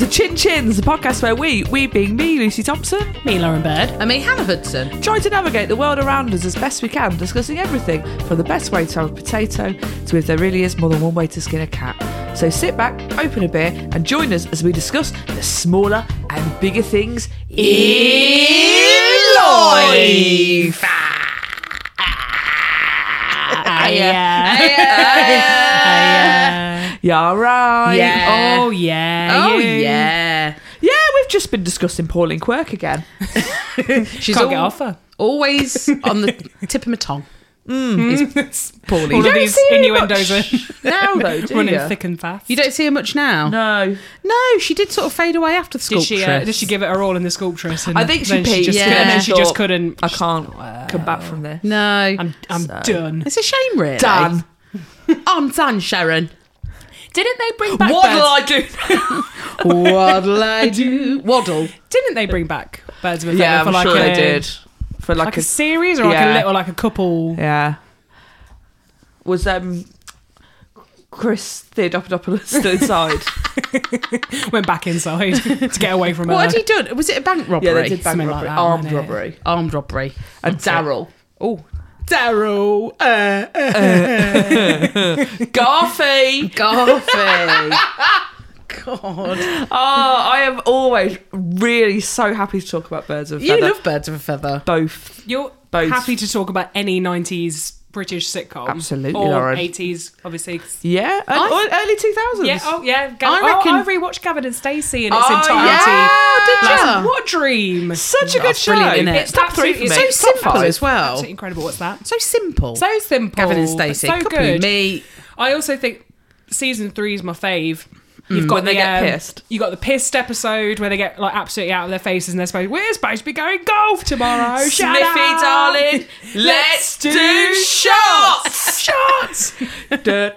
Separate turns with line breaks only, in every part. Sins, the podcast where we, we being me, Lucy Thompson,
Me, Lauren Bird.
I mean, Hannah Hudson.
try to navigate the world around us as best we can, discussing everything from the best way to have a potato to if there really is more than one way to skin a cat. So sit back, open a beer, and join us as we discuss the smaller and bigger things in life.
yeah.
Yeah, all right. Oh,
Yeah.
Oh, yeah.
Oh
you.
yeah,
Yeah, we've just been discussing Pauline Quirk again.
she's
Can't
al-
get off her.
always on the tip of my tongue. Is Pauline.
Mm. All
You
of
don't,
these
see her
innuendos are
Now though, do
running
you?
thick and fast.
you don't see her much now.
No.
No, she did sort of fade away after the
did
sculpture.
she, uh, did she give it her all in the sculptress? And
I think she
then she
peed,
just
yeah.
couldn't, and then
and
she
thought,
just couldn't.
I can't come back from this.
no,
I'm, I'm
So-
done.
it's a shame, really.
Dan,
I'm done, Sharon.
Didn't they bring back?
what'll
birds?
I do?
What'll I do? Waddle.
Didn't they bring back birds of a feather
Yeah,
for
I'm
like
sure
a,
they did. For like,
like
a,
a series or like
Yeah.
a little like a couple?
yeah. Was um Chris Theodopoulos inside?
Went back inside to get away from
What
her.
had he done? Was it a bank robbery?
yeah, they did bank
Something
robbery,
like that,
armed
wasn't it?
robbery,
Armed robbery.
and Daryl.
Oh, Daryl. Uh, uh.
Garfy.
Garfield. God,
Oh, I am always really so happy to talk about birds of a
you
feather.
love birds of a feather.
both.
You're
Both.
happy to talk about any '90s British sitcom,
Absolutely,
or
Lauren.
'80s, obviously. 'cause-
Yeah, and
I-
or early two thousands.
Yeah, oh yeah. Gav-
I reckon-
oh, I rewatched Gavin and Stacey in its
Oh,
entirety.
yeah, did
Last-
ya?
What a dream?
Such a good
That's
show.
brilliant, isn't it?
It's top three for me.
It's
So
Top
simple
five.
as well.
Absolutely incredible. What's that?
So simple.
So simple.
Gavin and
but
Stacey.
So
couple
good.
of meat.
I also think season three is my fave. You've got
Mm, When they
the,
get
um,
pissed.
You got the pissed episode where they get like absolutely out of their faces and they're supposed we're supposed to be going golf tomorrow. Shut
Sniffy,
up.
darling, let's do shots.
Shots.
da, da,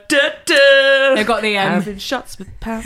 da.
They've got the um,
Having shots with pound.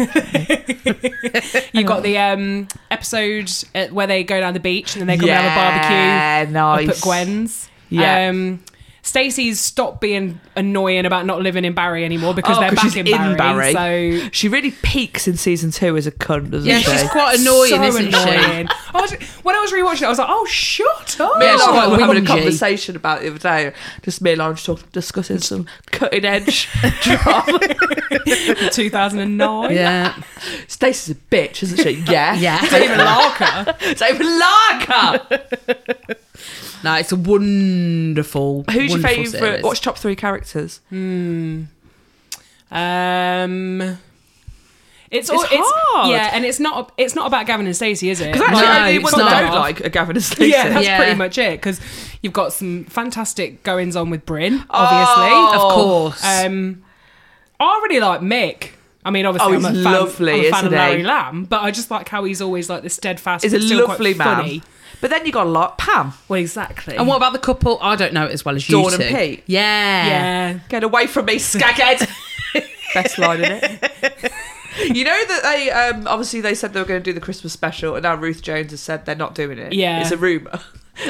you got the um episode uh, where they go down the beach and then they come and have
yeah,
a
nice.
barbecue up at Gwen's.
Yeah.
Um, Stacey's stopped being annoying about not living in Barry anymore because
Oh,
they're
'cause
back
she's
in,
in
Barry,
Barry.
So
She really peaks in season two as a cunt, doesn't
Yeah,
she?
she's quite annoying,
so
isn't she?
annoying. I was, when I was rewatching it, I was like, oh, shut up.
me and
Oh,
Lauren were having a
whingy.
conversation about it the other day. Just me and Lauren just talk, discussing some cutting edge drama.
2009.
Yeah.
Stacey's a bitch, isn't she? Yeah.
Yeah.
Even Larker.
Same with Larka.
no, it's a wonderful.
Who's your
wonderful
favourite?
series.
What's top three characters?
Um,
It's
it's, all, it's
hard.
Yeah, and it's not it's not about Gavin and Stacey, is it?
Because actually,
No,
I only
it's
one that I
not.
don't like are Gavin and Stacey.
Yeah, that's
Yeah.
pretty much it. Because you've got some fantastic goings on with Bryn, obviously.
Oh.
Of course.
Um, I really like Mick. I mean, obviously,
Oh,
I'm a
he's
fan,
lovely,
I'm a
isn't
fan of
he?
Larry Lamb, but I just like how he's always like this steadfast.
Is
but
a
still quite
lovely man.
funny.
But then you got a lot. Pam,
Well, exactly.
and what about the couple? I don't know it as well as you
Dawn and
two.
Pete.
Yeah.
Yeah.
get away from me, skaghead. Best line in it. You know that they um, obviously they said they were going to do the Christmas special, and now Ruth Jones has said they're not doing it.
Yeah.
it's a rumor.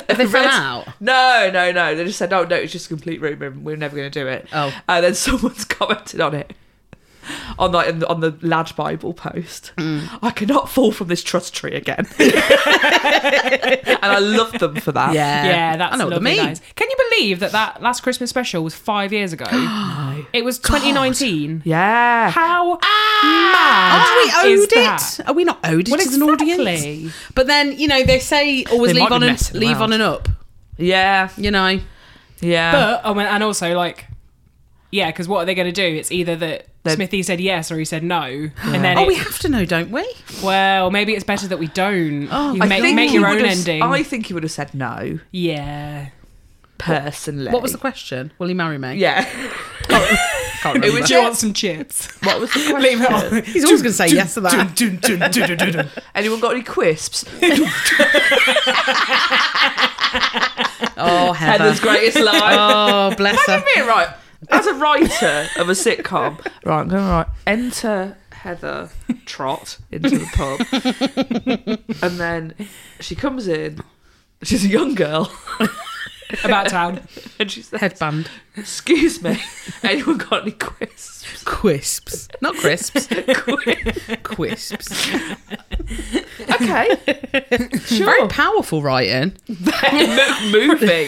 Have they fell out?
No, no, no. They just said, "Oh no, it's just a complete rumor. and We're never going to do it."
Oh.
and then someone's commented on it on like in- on the Lad Bible post.
Mm.
I cannot fall from this trust tree again, and I love them for that.
Yeah.
Yeah, that's
I know
lovely,
what I mean.
guys. Can you believe that that last Christmas special was five years ago? It was 2019.
yeah.
How
Are
mad
Ah! Oh, we
is
owed
that?
it? Are we not owed it
Well,
as an audience?
exactly.
But then you know they say always
They might
leave
be
on and
messing
leave
around.
on and up.
Yeah,
You know.
yeah.
Ah.
But oh, and- and also like, yeah, because what are they going to do? It's either that
They-
Smithy said yes or he said no, and then
Oh,
it-
we have to know, don't we?
well, maybe it's better that we don't.
Oh,
you
I
make,
think
make
he
your
would
own
have-
ending.
I think he would have said no,
yeah,
personally.
What was the question? Will he marry me?
Yeah.
Can't remember.
It was
do you want some chips?
What was the question?
Leave it on.
He's always going to say yes to that.
Anyone got any crisps?
Oh, Heather.
Heather's greatest line.
Oh, bless her.
Imagine being right as a writer of a sitcom. Right, I'm going to write enter Heather Trot into the pub, and then she comes in. She's a young girl.
about town.
And she said,
Headband.
Excuse me, anyone got any crisps?
Quisps. Not crisps.
okay.
Quisps. Very
Sure.
powerful writing.
moving.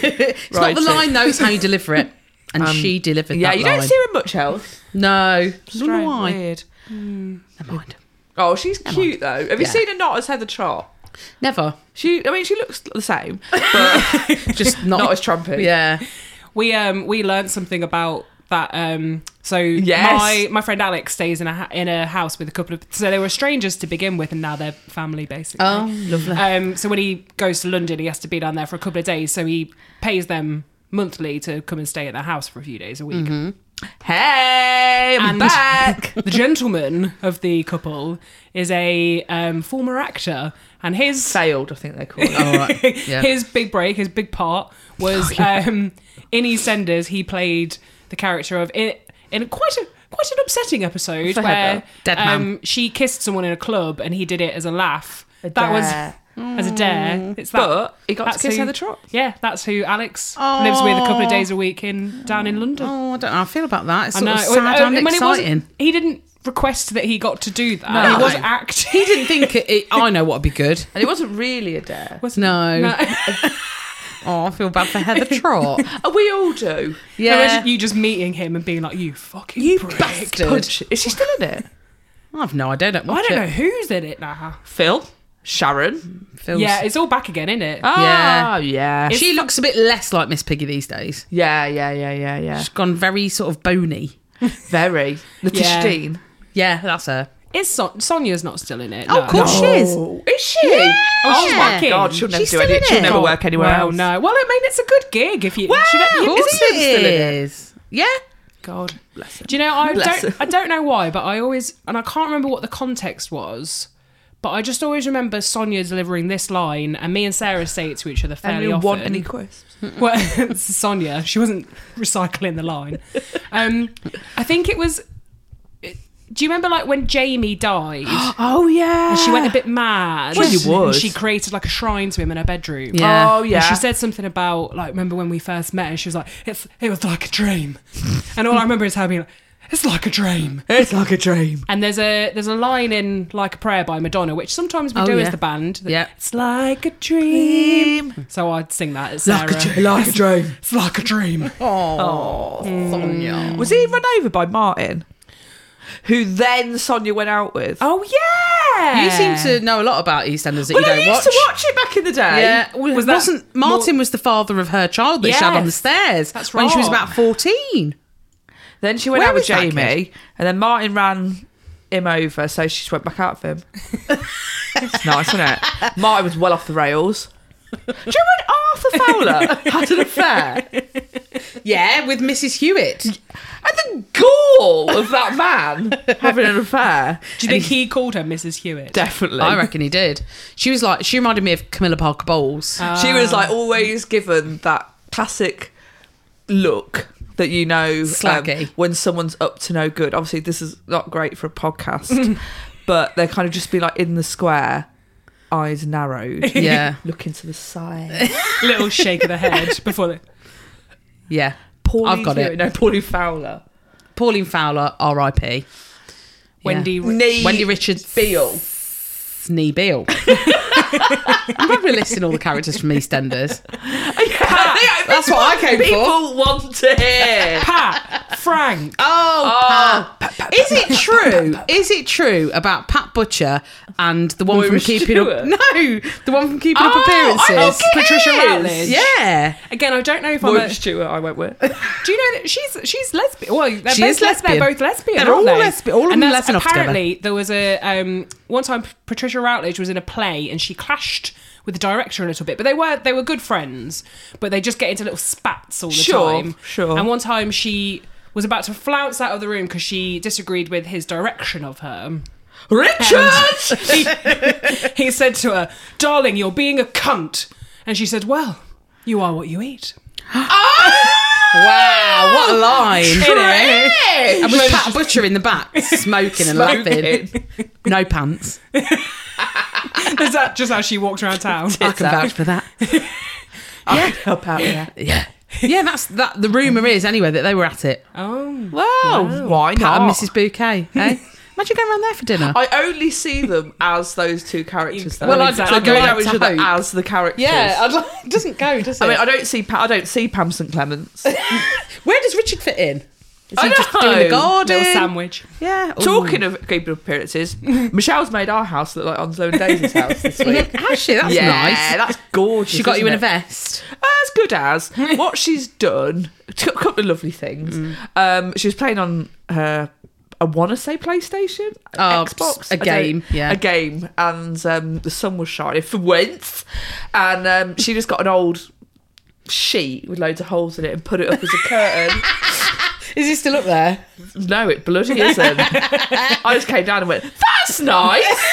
It's not the line though, it's how you deliver it. And
Um,
she delivered
Yeah,
that
you
line.
don't see her in much else.
No. Don't know
Strange,
why.
Weird.
Never mind.
Oh, she's cute though. Have you
Yeah.
seen her not as Heather Trot?
Never.
She, I mean, she looks the same, but
Just not.
not, as trumpet.
yeah.
We um we learned something about that. Um, so
Yes.
my my friend Alex stays in a ha- in a house with a couple of so they were strangers to begin with, and now they're family basically.
Oh, lovely.
Um, so when he goes to London, he has to be down there for a couple of days. So he pays them monthly to come and stay at their house for a few days a week.
Hey, I'm
And-
back.
The gentleman of the couple is a um, former actor, and his
Sailed, I think they call it.
All right. Yeah.
his big break, his big part was um, in EastEnders. He played the character of in, in quite a quite an upsetting episode
For
where
Heather.
Dead man.
um, she kissed someone in a club, and he did it as a laugh. that
dare. Mm.
was as a dare. It's that.
but he got to
that's
kiss
who-
Heather Trot.
yeah, that's who Alex lives with a couple of days a week in down in London.
Oh, I don't know. how I feel about that. It's sort of
Well,
sad
Oh,
uh,
and
when it wasn't-
exciting.
He didn't request that he got to do that.
No.
He was acting.
He didn't think it, it- I know what'd be good.
And it wasn't really a dare.
No.
No.
Oh, I feel bad for Heather Trot.
Oh, we all do.
yeah.
you just meeting him and being like, "You fucking
You
prick."
bastard.
Punch. Is she still in it?
I've no idea. Don't
I
watch
don't know
it.
who's in it now.
Phil? Sharon?
Feels-
Yeah, it's all back again, isn't it?
Oh.
Ah, yeah.
she looks a bit less like Miss Piggy these days.
Yeah, yeah, yeah, yeah, yeah.
She's gone very sort of bony.
Very. Natasha
Yeah.
Dean.
Yeah, that's her.
Is Son- Sonia's not still in it?
Oh,
no.
of course
No.
she is.
Is she? Oh my
Yeah.
god, she'll never
She's
do
still
any.
in
She'll
it.
never
Oh,
work anywhere
Well,
else.
no. Well, I mean, it's a good gig if you. should I-
of
is
course
it?
it is. Yeah.
God bless her.
Do you know? I
Bless
don't. I don't know why, but I always and I can't remember what the context was. But I just always remember Sonia delivering this line, and me and Sarah say it to each other fairly
Anyone
often.
want any crisps?
well, it's Sonia, she wasn't recycling the line. Um, I think it was. Do you remember like when Jamie died?
Oh yeah.
And she went a bit mad.
Well, you
And
would.
She created like a shrine to him in her bedroom.
Yeah.
Oh yeah.
And she said something about like remember when we first met and she was like it's it was like a dream, and all I remember is her being like it's like a dream.
it's like a dream.
And there's a there's a line in like a prayer by Madonna which sometimes we
Oh,
do
yeah.
as the band. that-
Yeah.
It's like a dream. So I'd sing that as Sarah.
like a dream.
It's like a dream.
Oh, Sonia.
Was he run over by Martin? Who then Sonia went out with?
Oh yeah.
You seem to know a lot about EastEnders that
well,
you
I
don't
used
watch.
to watch it back in the day.
Yeah, well,
Was
was
that
wasn't Martin was the father of her child that she had on the
Yes.
stairs
That's
when she was
right.
about fourteen.
Then she went
Where
out with
is that
Jamie, and then Martin ran him over, so she just went back out with him. it's nice, isn't it? Martin was well off the rails. Do you remember when Arthur Fowler had an affair?
Yeah, with Mrs. Hewitt.
And the gall of that man having an affair.
Do you think he called her Mrs. Hewitt?
Definitely.
I reckon he did. She was like she reminded me of Camilla Parker Bowles.
she was
Ah.
like always given that classic look that you know um,
Slaggy.
when someone's up to no good. Obviously, this is not great for a podcast, but they kind of just be like in the square, eyes narrowed,
yeah,
looking to the side.
Little shake of the head before. The-
yeah.
Pauline
I've got it.
Hewitt- No, Pauline Fowler.
Pauline Fowler, R.I.P.
Wendy.
Nee.
Wendy Richards,
Beale.
Snee Beale. I'm probably listing all the characters from EastEnders.
That's
what I came for.
People want to hear.
Pat. Frank.
Oh, Pat. is it true? Is it true about Pat Butcher and the one
Moira
from Keeping
Stewart?
Up? No, the one from Keeping
Oh, I
Up Appearances.
think it
Patricia
is.
Routledge.
Yeah,
Again, I don't know if I'm.
Maud
A,
Stewart, I went with.
do you know that she's she's lesbian? Well, they're
She
both les-
is lesbian.
They're both lesbian.
They're
aren't
all
they?
lesbian- all of
and
them
that's-
lesbian up together.
Apparently, there was a um, one time P- Patricia Routledge was in a play and she clashed with the director a little bit, but they were they were good friends, but they just get into little spats all the
Sure,
time.
sure.
And one time she was about to flounce out of the room because she disagreed with his direction of her.
Richard!
he, he said to her, "Darling, you're being a cunt," and she said, "Well, you are what you eat."
Oh! Wow, Ah, what a line!
Innit?
And with Pat Butcher in the back, smoking and laughing. No pants.
Is that just how she walked around town?
I can vouch for that.
I can help out there.
Yeah. Yeah, that's that. The rumor is anyway that they were at it.
Oh.
Well, why
Pat and
not?
Mrs. Bouquet. Eh? Imagine going around there for dinner.
I only see them as those two characters. Though.
Well, I'd-
So
I'd
they go
like
around
to
each other
hope.
as the characters.
I'd like- it doesn't go, does it?
I mean, I don't see pa- I don't see Pam St Clements.
where does Richard fit in? Is
I
he just
know.
doing the
Little
garden?
sandwich.
Yeah. Ooh.
Talking of keeping up appearances, Michelle's made our house look like Onslow and Daisy's house this week.
Has she? That's
yeah,
nice.
that's gorgeous.
she got you
isn't
in a
it?
vest.
as good as what she's done. A couple of lovely things. Um, she was playing on her. I want to say PlayStation,
Oh,
Xbox,
a
I don't-
game, yeah.
a game, and um, the sun was shining for once, and um, she just got an old sheet with loads of holes in it and put it up as a curtain.
Is he still up there?
No, it bloody isn't. I just came down and went, "That's nice,"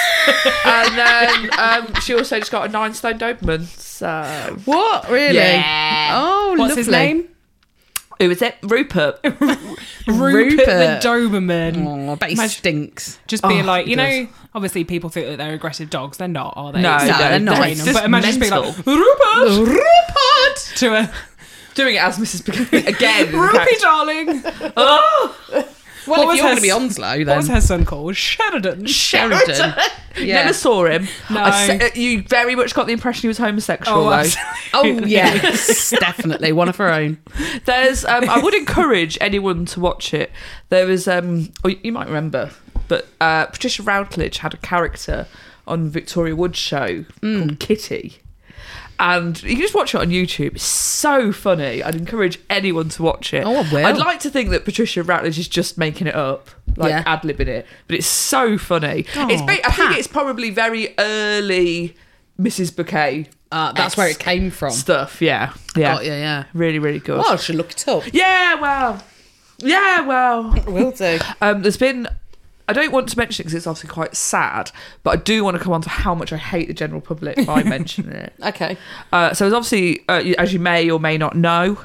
and then um, she also just got a nine stone Doberman. So
What really?
Yeah.
Oh,
What's his
lovely.
name?
who is it? Rupert.
Rupert,
Rupert.
the Doberman.
Oh, I bet he
Imagine-
stinks.
Just being
Oh,
like, you
he
know,
does.
obviously people think that they're aggressive dogs. They're not, are they?
No,
It's
no,
like
they're not.
train
It's
them.
just
But imagine just being like,
Rupert!
Rupert.
to a
Doing it as Mrs. Pickett again.
Rupert, darling.
Oh,
Well, if
was
you're going
her-
to be Onslow,
What was
then
her son called? Sheridan.
Sheridan. Yeah.
Never saw him.
No.
I se- you very much got the impression he was homosexual,
Oh,
though.
Oh yes, definitely one of her own.
There's, um, I would encourage anyone to watch it. There was, um, oh, you might remember, but uh, Patricia Routledge had a character on Victoria Wood's show
Hmm.
called Kitty. And you can just watch it on YouTube. It's so funny. I'd encourage anyone to watch it.
Oh, I will.
I'd like to think that Patricia Routledge is just making it up, like
Yeah.
ad libbing it, but it's so funny. it's
Oh,
ba- I
Pat.
think it's probably very early Mrs. Bouquet
Uh, that's where it came from.
stuff. Yeah, Oh, yeah, Oh,
Got you, yeah.
really, really good.
Well, I should look it up.
Yeah, well. Yeah, well.
Will do.
Um, there's been. I don't want to mention it because it's obviously quite sad, but I do want to come on to how much I hate the general public by mentioning it.
Okay.
Uh, so, it's obviously, uh, you- as you may or may not know,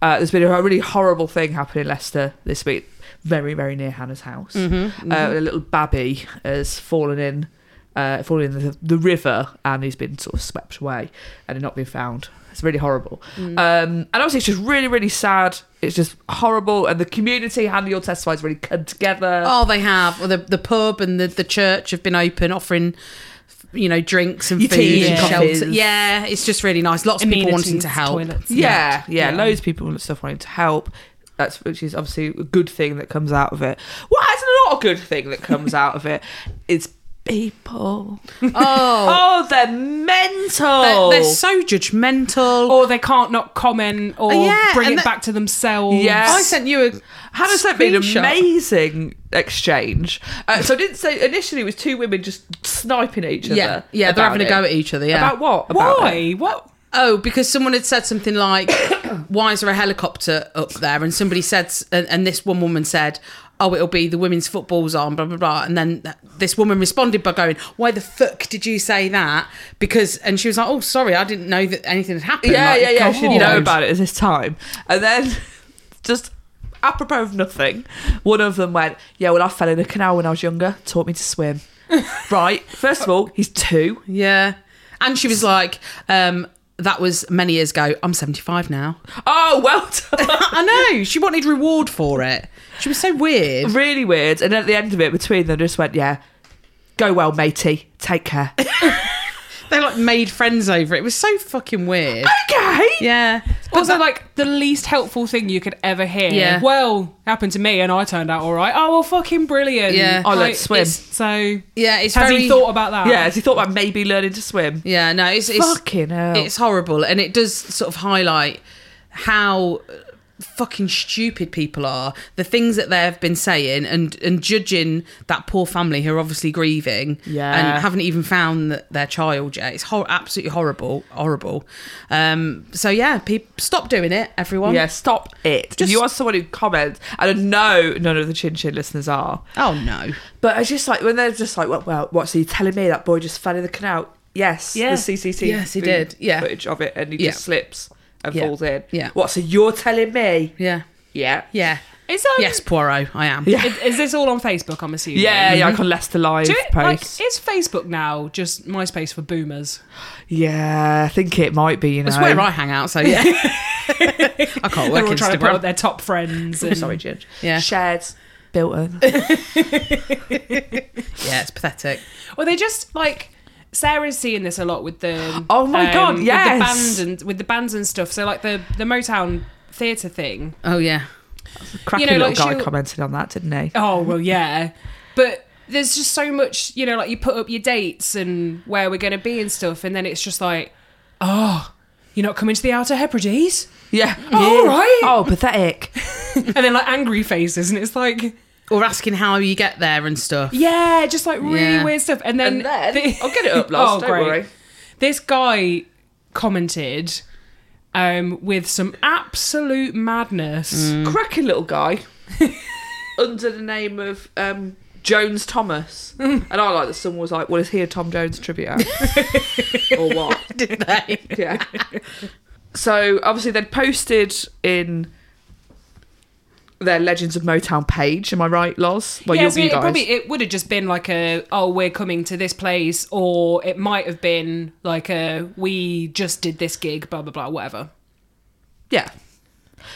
uh, there's been a really horrible thing happen in Leicester this week, very, very near Hannah's house. Uh, a little babby has fallen in, uh, fallen in the, the river, and he's been sort of swept away and not been found. It's really horrible, um, and obviously it's just really, really sad. It's just horrible, and the community, Hannah, you'll testify, is really come together.
Oh, they have. Well, the the pub and the, the church have been open, offering you know drinks and
Your
food
tea
and
and
shelter.
coffees.
Yeah, it's just really nice. Lots of people wanting
Amenities,
to help.
toilets.
yeah, yeah,
Yeah.
loads of people and stuff wanting to help. That's which is obviously a good thing that comes out of it. What is not a good thing that comes out of it? It's people.
Oh,
Oh, they're mental.
they're,
Oh.
they're so judgmental.
Or they can't not comment or
Oh, yeah,
bring
and
it
that-
back to themselves.
Yeah.
I sent you a
Hannah sent me an
screenshot.
amazing exchange. Uh, so I didn't say initially it was two women just sniping each other.
Yeah, yeah, they're
about
having
it.
a go at each other. Yeah.
About what? About it.
Why? What?
Oh, because someone had said something like, "Why is there a helicopter up there?" And somebody said, and, and this one woman said, "Oh, it'll be the women's football's on." Blah blah blah. And then th- this woman responded by going, "Why the fuck did you say that?" Because and she was like, "Oh, sorry, I didn't know that anything had happened."
Yeah,
Like,
yeah, yeah. She
God.
didn't know about it at this time. And then just apropos of nothing, one of them went, Yeah, well, I fell in a canal when I was younger, taught me to swim. right. First of all, he's two.
Yeah, and she was like, um, "That was many years ago. I'm 75 now."
Oh, well done.
I know. She wanted reward for it. She was so weird.
really weird. And at the end of it, between them, just went, Yeah, go well, matey. Take care.
They like made friends over it. It was so fucking weird.
okay.
Yeah.
Also, like the least helpful thing you could ever hear.
Yeah.
Well, happened to me, and I turned out all right. Oh well, fucking brilliant.
Yeah. I
learned to
Like,
swim.
it's- So
Yeah, it's
has
very
he thought about that?
Yeah, as he thought about maybe learning to swim.
Yeah, no, it's it's
Fucking hell.
it's horrible, and it does sort of highlight how uh, fucking stupid people are. The things that they have been saying and and judging that poor family who are obviously grieving,
Yeah.
and haven't even found th- their child yet. It's hor- absolutely horrible, horrible. Um, so yeah, peop stop doing it, everyone.
yeah, stop it. If
Just-
you are someone who comments, and I know none of the Chin Chin listeners are,
Oh no.
But it's just like when they're just like, well, well what's he telling me? That boy just fell in the canal. Yes,
Yeah.
the CCTV.
Yes, he did. Yeah.
footage of it, and he
Yeah.
just slips and
Yeah.
falls in.
Yeah.
What? So you're telling me?
Yeah.
Yeah.
Yeah.
Is um,
Yes, Poirot, I am.
Yeah.
Is, is this all on Facebook? I'm assuming.
Yeah, yeah, like on Leicester Live
Do it, like,
post.
is Facebook now just MySpace for boomers?
yeah, I think it might be, you know.
That's where I hang out, so yeah. I can't
They're
work
all trying to put up
Instagram.
their top friends. And
Sorry, Judge. Yeah.
Shared. Built in.
Yeah, it's pathetic.
Or they just like Sarah's seeing this a lot with the um,
Oh my God,
with
yes.
the band and with the bands and stuff. So like the the Motown theatre thing.
Oh, yeah.
Cracky
You know,
little
like,
guy
she'll-
commented on that, didn't he?
Oh well, yeah, but. There's just so much, you know, like you put up your dates and where we're going to be and stuff, and then it's just like, oh, you're not coming to the Outer Hebrides?
Yeah.
Oh, all right.
Oh, pathetic.
and then like angry faces, and it's like,
Or asking how you get there and stuff.
Yeah, just like really
Yeah.
weird stuff. And
And
then,
then Oh,
thi-
I'll get it up, Lars. don't worry.
This guy commented um, with some absolute madness.
Cracking little guy under the name of um, Jones Thomas. and I like that someone was like, well, is he a Tom Jones tribute act? or what?
Did they?
Yeah. so obviously they'd posted in their Legends of Motown page. Am I right, Lars? Well,
yeah,
you're
so
you
it
guys.
probably it would have just been like a oh we're coming to this place, or it might have been like a we just did this gig, blah blah blah, whatever.
Yeah.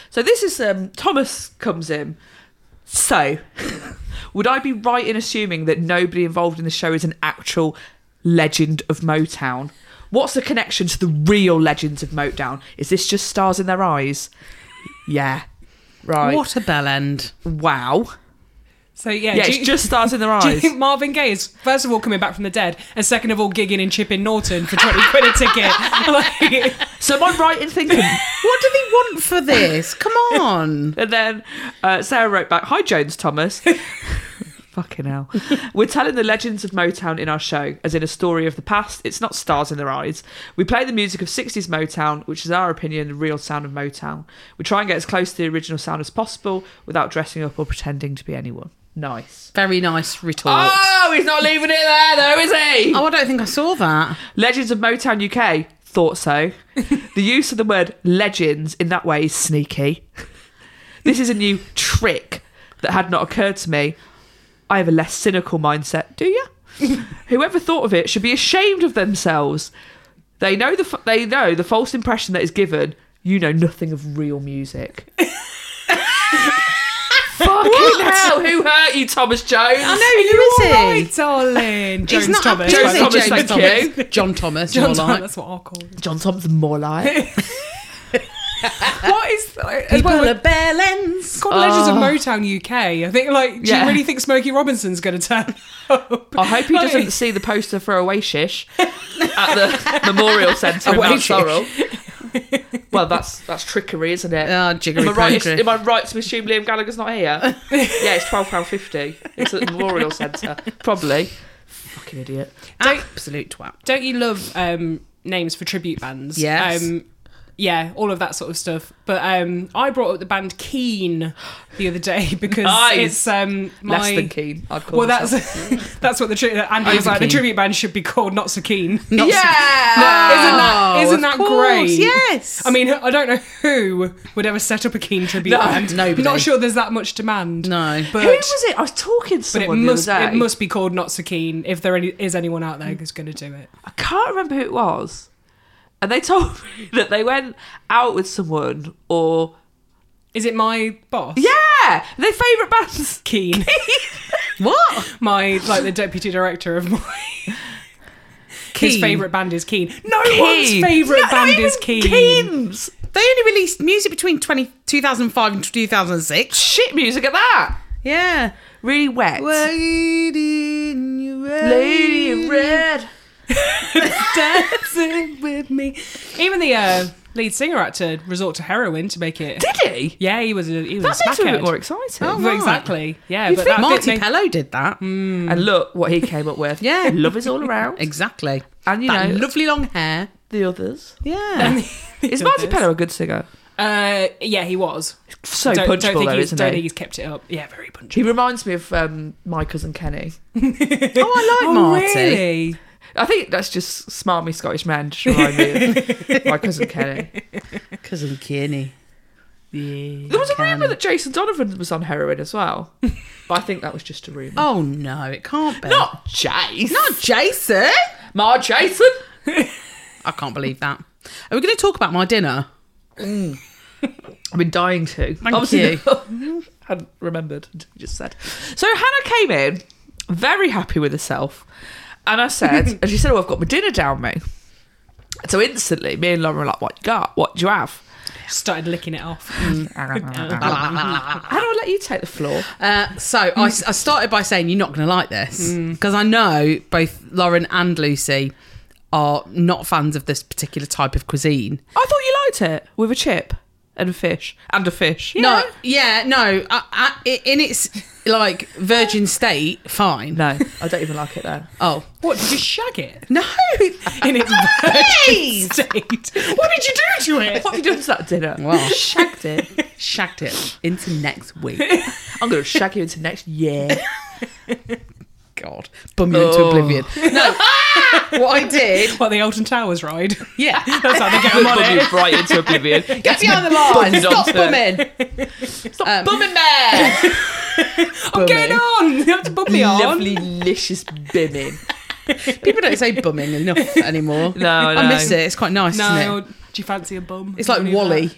So this is um, Thomas comes in. So, would I be right in assuming that nobody involved in the show is an actual legend of Motown? What's the connection to the real legends of Motown? Is this just stars in their eyes? Yeah. Right.
What a bell end.
Wow.
So yeah,
Yeah,
do
it's
you-
just stars in their
do you
eyes.
think Marvin Gaye is first of all coming back from the dead, and second of all gigging in Chip in Norton for twenty quid a ticket? Like,
So am I right in thinking
What do they want for this? Come on.
And then uh, Sarah wrote back, Hi, Jones Thomas. Fucking hell. We're telling the legends of Motown in our show, as in a story of the past. It's not stars in their eyes. We play the music of 60s Motown, which is our opinion, the real sound of Motown. We try and get as close to the original sound as possible without dressing up or pretending to be anyone. Nice.
Very nice retort.
Oh, he's not leaving it there, though, is he?
oh, I don't think I saw that.
Legends of Motown UK thought so. the use of the word legends in that way is sneaky. This is a new trick that had not occurred to me. I have a less cynical mindset. Do you? Whoever thought of it should be ashamed of themselves. They know the f- they know the false impression that is given. You know nothing of real music. Fucking hell! Who hurt you, Thomas Jones?
I know, who is
Hi,
it?
darling. Jones
It's not
Thomas.
Jones
Jones Thomas,
Thomas,
thank
Thomas. John Thomas.
John
more like.
Thomas, that's what I'll call him.
John Thompson more like
What is like, as
People
well,
are
like,
bell ends.
it's called Legends of Motown UK. I think like, do
Ah. Yeah.
you really think Smokey Robinson's going to turn up?
I hope he
Like-
doesn't see the poster for Oasis at the Memorial Centre in Mount
Oasis.
Sorrel. Well, that's that's trickery, isn't it?
Ah,
am, I
jiggery
right,
pokery.
am I right to assume Liam Gallagher's not here? yeah, it's twelve pound fifty. It's at the Memorial Centre, probably. Fucking idiot.
Absolute twat.
Don't you love um, names for tribute bands?
Yes.
Um, yeah, all of that sort of stuff. But um, I brought up the band Keen the other day because
Nice.
it's um, my.
Less than keen, I'd call.
well, that's
myself.
that's what the tri- uh, Andy was
Over
like. The
Keen.
tribute band should be called Not So Keen. Isn't
Not-
yeah.
that,
Oh,
isn't
of
that
course,
great?
yes.
I mean, I don't know who would ever set up a Keen tribute
No,
band.
nobody.
Not sure there's that much demand.
No.
But,
Who was it? I was talking to
but it
someone
must
the other
it
day.
must be called Not So Keen if there any, is anyone out there who's going to do it.
I can't remember who it was, and they told me that they went out with someone or
Is it my boss?
yeah, their favourite bands.
Keen.
What?
my, like, the deputy director of my. His
Keen.
favourite band is Keen. No
Keen.
one's favourite
Not
band
even
is Keen.
Keens.
They only released music between 20, 2005 and 2006.
Shit music at that.
Yeah.
Really wet.
Lady in
Lady in red.
Dancing with me. Even the uh, lead singer had to resort to heroin to make it.
Did he?
Yeah, he was a he was
That
a
makes it a
smackhead.
bit more exciting.
Oh,
Well,
Right.
Exactly. Yeah,
You
but
think
that
Marty
did make-
Pello did Mm, that.
Mm. And look what he came up with.
Yeah.
Love is all around.
Exactly.
And, you
that
know-
lovely long hair.
the others.
Yeah.
Is Marty Pello a good singer?
Uh, yeah, he was.
So
don't,
punchable,
don't think
though,
he's,
isn't
don't
he?
think he's kept it up. Yeah, very
He
punchable.
reminds me of um, my cousin Kenny.
oh, I like Marty.
really?
I think that's just smarmy Scottish men. Just remind me of my cousin Kenny.
Cousin Kenny.
There was a rumor that Jason Donovan was on heroin as well, but I think that was just a rumor.
Oh no, it can't be.
Not Jace.
not Jason.
my Jason.
I can't believe that. Are we going to talk about my dinner?
I've been dying to.
Thank
hadn't remembered until you just said. So Hannah came in very happy with herself, and I said, and she said, "Oh, I've got my dinner down, me." So instantly, me and Lauren were like, "What you got? What do you have?"
Started licking it off.
How do I let you take the floor?
Uh, so I, I started by saying you're not going to like this because I know both Lauren and Lucy are not fans of this particular type of cuisine.
I thought you liked it with a chip and a fish and a fish.
No, yeah, no. I, I, i- in its like virgin state, fine.
No, I don't even like it then.
Oh
What did you shag it
no,
in its virgin state? What did you do to it?
What have you done to that dinner?
Well.
shagged it.
shagged it into next week.
I'm going to shag you into next year.
God, bum you into
Oh.
oblivion. No, what I did,
What the Elton Towers ride?
yeah.
That's how they get them on
Bum
it.
you right into oblivion. Get
Behind the line,
Bummed
stop
onto it.
bumming. Um,
Stop bumming there.
I'm getting on. You have to bump me on.
Lovely, licious bimming.
People don't say bumming enough anymore.
No,
I
no.
miss it. It's quite nice,
No,
isn't it?
do you fancy a bum?
It's like
Any of
Wally.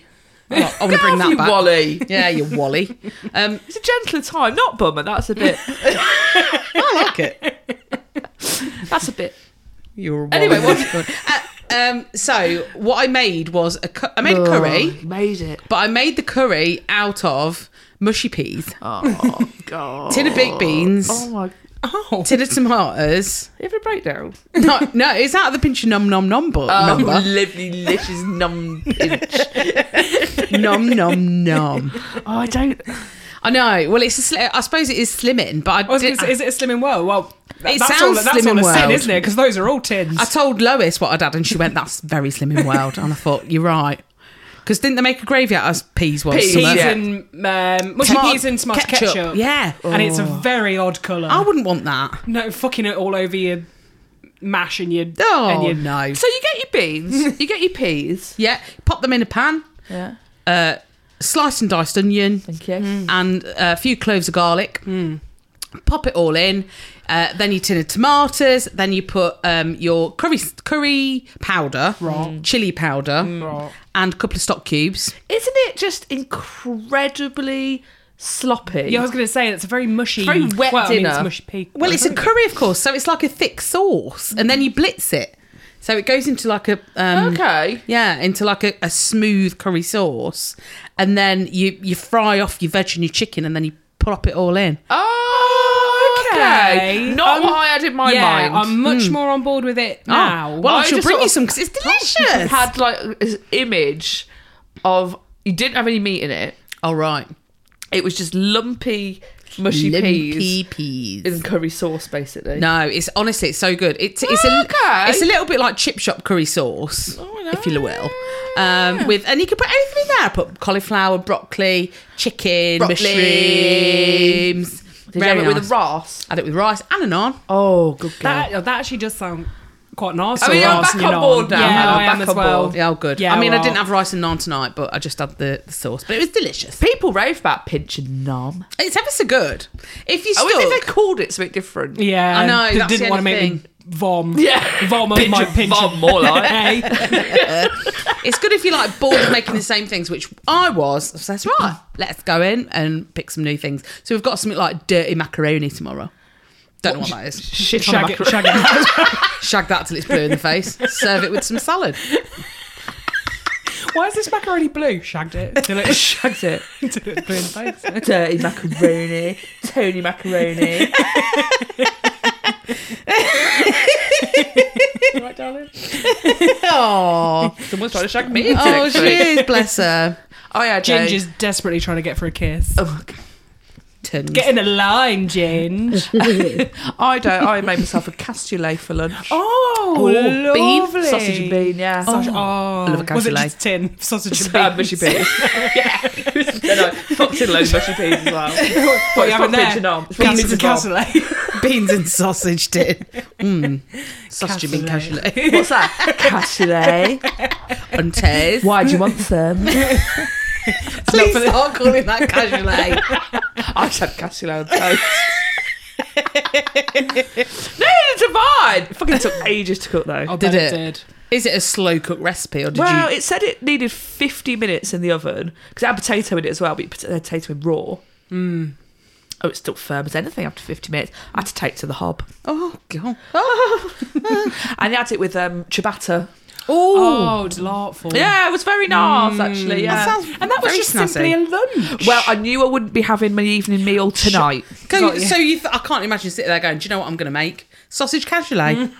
that?
I want to bring that
you
back.
Wally.
Yeah, you Wally. Um,
It's a gentler time, not bummer. That's a bit.
I like it.
That's a bit.
You're a Wally.
Anyway,
Uh, um, so what I made was a cu- I made a curry,
Ugh, made it.
but I Oh, made the curry out of mushy peas,
Oh god.
tin of baked beans,
Oh my.
Oh,
tin of tomatoes.
You have a breakdown.
No, no, it's out of the pinch of num num num bu-
Oh,
number.
Oh, lovely, licious num pinch.
num num num.
oh, I don't.
I know. Well, it's a sli- I suppose it is slimming, but
I
I,
was
did,
gonna say, is it a Slimming World? Well, that,
It
that's all,
sounds
that's all
Slimming
a sin,
World.
isn't it? Because those are all tins.
I told Lois what I'd had, and she went, "That's very slimming world." And I thought, "You're right," because didn't they make a gravy out of peas once?
Peas,
peas
yeah.
and um, mushy
Tomato-
peas and tomato ketchup.
ketchup. Yeah. Oh.
and it's a very odd colour.
I wouldn't want that.
no, fucking it all over your mash and your and
Oh
your
no!
So you get your beans, you get your peas.
Yeah, pop them in a pan,
Yeah.
uh, sliced and diced onion,
Thank you. Mm.
and a few cloves of garlic. Pop it all in. Uh, then you tin of tomatoes. Then you put um, your curry curry powder, chili powder,
Mm.
and a couple of stock cubes.
Isn't it just incredibly sloppy?
Yeah, I was going to say it's a very mushy,
Very wet
well, I mean, it's
dinner.
mushy pea.
Well, it's a curry, of course, so it's like a thick sauce, and then you blitz it, so it goes into like a um,
okay.
yeah, into like a, a smooth curry sauce, and then you you fry off your veg and your chicken, and then you plop it all in.
Oh, okay.
Okay.
Not
Um,
what I had in my
yeah,
mind.
I'm much more on board with it now.
Mm. Oh, well, I,
I
shall
just
bring
sort
you
of
some because it's delicious.
had like this image of you didn't have any meat in it.
all right,
It was just lumpy, mushy peas
Limpy peas.
in curry sauce, basically.
No, it's honestly it's so good. It's it's a
Okay.
it's a little bit like chip shop curry sauce,
Oh,
if you will. Um, with and you can put anything in there. Put cauliflower, broccoli, chicken,
Broccoli.
mushrooms.
Did you have it with
nice.
a ras?
Had it with rice and an on.
Oh, good
that, that actually does sound quite nice.
I mean,
or
I'm
arse,
back
you
on
know.
board now.
Yeah,
I'm
I am
back
as
on
well.
board.
Yeah, oh, good.
Yeah,
I mean, I
well.
didn't have rice and naan tonight, but I just had the, the sauce. But it was delicious.
People rave about pinch and nom.
It's ever so good. If you
I
stuck,
wonder if they called it something different.
Yeah,
I know,
They
that's
didn't
the
want to
only
make me vom.
Yeah.
vom of
Pinch
my
of
pinch. of-
vom, more like.
Hey.
it's good if you're like bored of making the same things, which I was. So that's right. Let's go in and pick some new things. So we've got something like dirty macaroni tomorrow. Don't know what that is.
Shit
Shag it, shag it.
Shag that till it's blue in the face. Serve it with some salad.
Why is this macaroni blue? Shagged it. Till it shagged it. Till it blue in the face.
Dirty macaroni, Tony macaroni.
right, darling.
Oh,
Someone's trying to shag me. into
oh,
next
she
week.
is. Bless her.
Oh yeah, Jane.
Ginger's desperately trying to get for a kiss.
Oh,
Tins.
Get in a line, Ginge.
I don't. I made myself a cassoulet for lunch.
Oh,
Oh, bean,
lovely.
sausage and bean. Yeah.
Sausage-
Oh.
Oh,
I love a
was it
cassoulet.
just tin sausage and
Uh,
beans?
mushy peas. yeah. then I fucked in loads of mushy peas as well.
What
But
you
it's
having
not
there?
pinch and arm. It's
Beans
pinch
and
and arm.
cassoulet.
beans and sausage tin. Mm. Sausage and bean
Cassoulet.
cassoulet.
What's that? Cassoulet.
On toast.
Why do you want some?
Please start calling that casual A.
I just had cassoulet on toast. no, it's a vibe. It fucking took ages to cook though.
Oh,
Did
did it?
it?
Did.
Is it a slow cook recipe or did
well,
you?
it said it needed 50 minutes in the oven because it had potato in it as well, but you put the potato in raw. Oh, it's still firm as anything after 50 minutes. I had to take it to the hob.
Oh god.
And I had it with um, ciabatta.
Oh, delightful.
Yeah, Mm. it was very nice, actually. Yeah.
sounds
And that was
Very
just
snazzy.
simply a lunch.
well, I knew I wouldn't be having my evening meal tonight.
Go-
Got you.
so you, th- I can't imagine sitting there going, "Do you know what I'm going to make? Sausage cassoulet."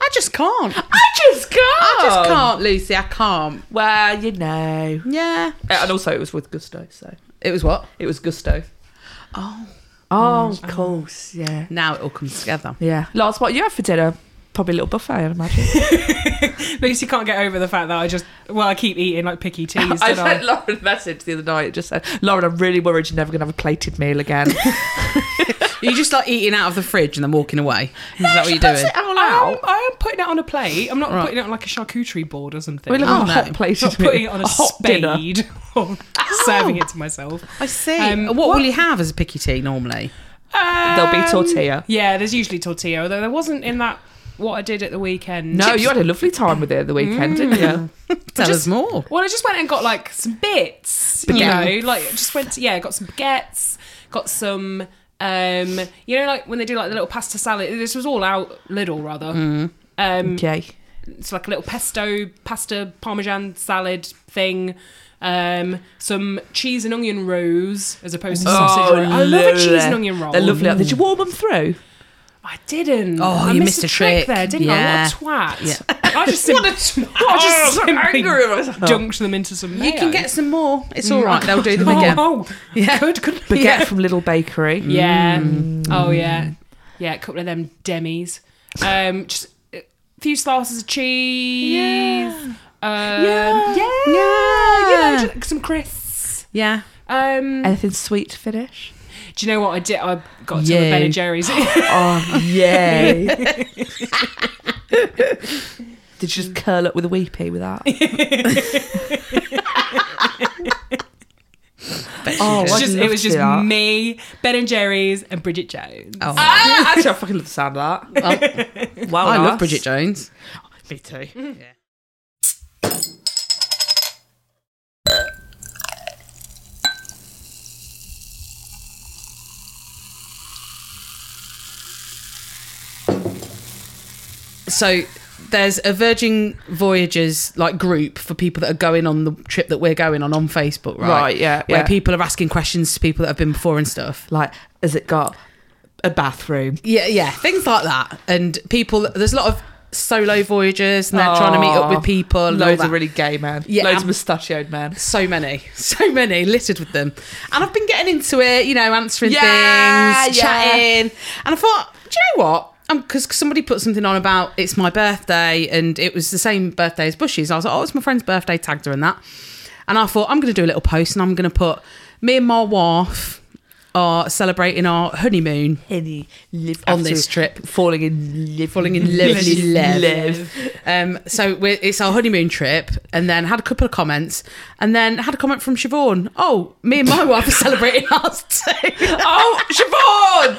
I just can't. I
I just can't.
just can't, Lucy. I can't.
Well, you know.
Yeah.
Uh, And also, it was with gusto, so
It was what?
it was gusto. Oh. Oh, of course, yeah.
Now it all comes together.
Yeah. Last what you had for dinner? Probably a little buffet, I imagine.
Lucy can't get over the fact that I just well, I keep eating like picky teas. Don't
I
I
sent Lauren a message the other night. It just said, Lauren, I'm really worried you're never going to have a plated meal again.
You just like eating out of the fridge and then walking away. Is that what you're
That's
doing?
it all
I am,
out.
I am putting it on a plate. I'm not
Right.
putting it on like a charcuterie board or something.
We're
I'm
looking
Oh,
at a hot
no.
plated
not
meal.
putting it on a,
hot dinner.
spade or serving it to myself.
I see.
Um,
what, will you have as a picky tea normally?
There'll be
Um,
tortilla.
Yeah, there's usually tortilla, although there wasn't in that what I did at the weekend.
No,
Chips-
you had a lovely time with it the weekend, didn't you?
Tell us more.
Well, I just went and got like some bits, you
Baguette.
know, like just went to, yeah, got some baguettes, got some, um, you know, like when they do like the little pasta salad. This was all out Lidl rather.
Mm.
Um,
Okay.
it's like a little pesto pasta parmesan salad thing. Um, some cheese and onion rolls as opposed to
Oh,
sausage roll. I love a cheese and onion roll.
They're lovely. Did you warm them through?
I didn't.
Oh,
I
you
missed
missed a
a trick,
trick.
there, didn't
Yeah.
I? What a twat! I just sim- I
Oh,
just
I'm
simply
angry with myself.
dunked them into some.
You can
mayo.
get some more. It's all right. They'll do them
Oh,
again.
Oh,
Yeah. Mm.
good, good.
Baguette
yeah.
from Little Bakery.
Yeah. Oh yeah. Yeah, a couple of them demis. Um, just a few slices of cheese. Um, yeah. Yeah.
Yeah.
You know, just some crisps.
Yeah.
Um,
Anything sweet to finish?
do you know what I did? I got to the
Yeah.
Ben and Jerry's. I
Oh, yay. Did you just curl up with a weepy with that? oh,
was just,
I'd love
it was
to
just
do that.
me, Ben and Jerry's, and Bridget Jones.
Oh.
Ah, actually, I fucking love the sound of that. wow,
I love
nice.
Bridget Jones.
Me too.
So there's a Virgin Voyagers like group for people that are going on the trip that we're going on on Facebook, right?
Right, yeah,
Where
yeah.
people are asking questions to people that have been before and stuff.
Like, has it got a bathroom?
Yeah, yeah, things like that. And people, there's a lot of solo voyagers, and they're trying to meet up
Aw,
with people. and all
Loads of
that.
really gay men.
Yeah.
Loads of mustachioed men.
so many, so many littered with them. And I've been getting into it, you know, answering
Yeah,
things,
yeah.
chatting. And I thought, do you know what? Because somebody put something on about it's my birthday and it was the same birthday as Bushy's. I was like, oh, it's my friend's birthday, tagged her and that. And I thought, I'm going to do a little post and I'm going to put me and my wife are celebrating our honeymoon.
Penny live
On this trip.
Falling in live.
Falling in lovely love.
love.
Um, so we're, it's our honeymoon trip, and then had a couple of comments, and then had a comment from Siobhan. Oh, me and my wife are celebrating ours too.
Oh, Siobhan!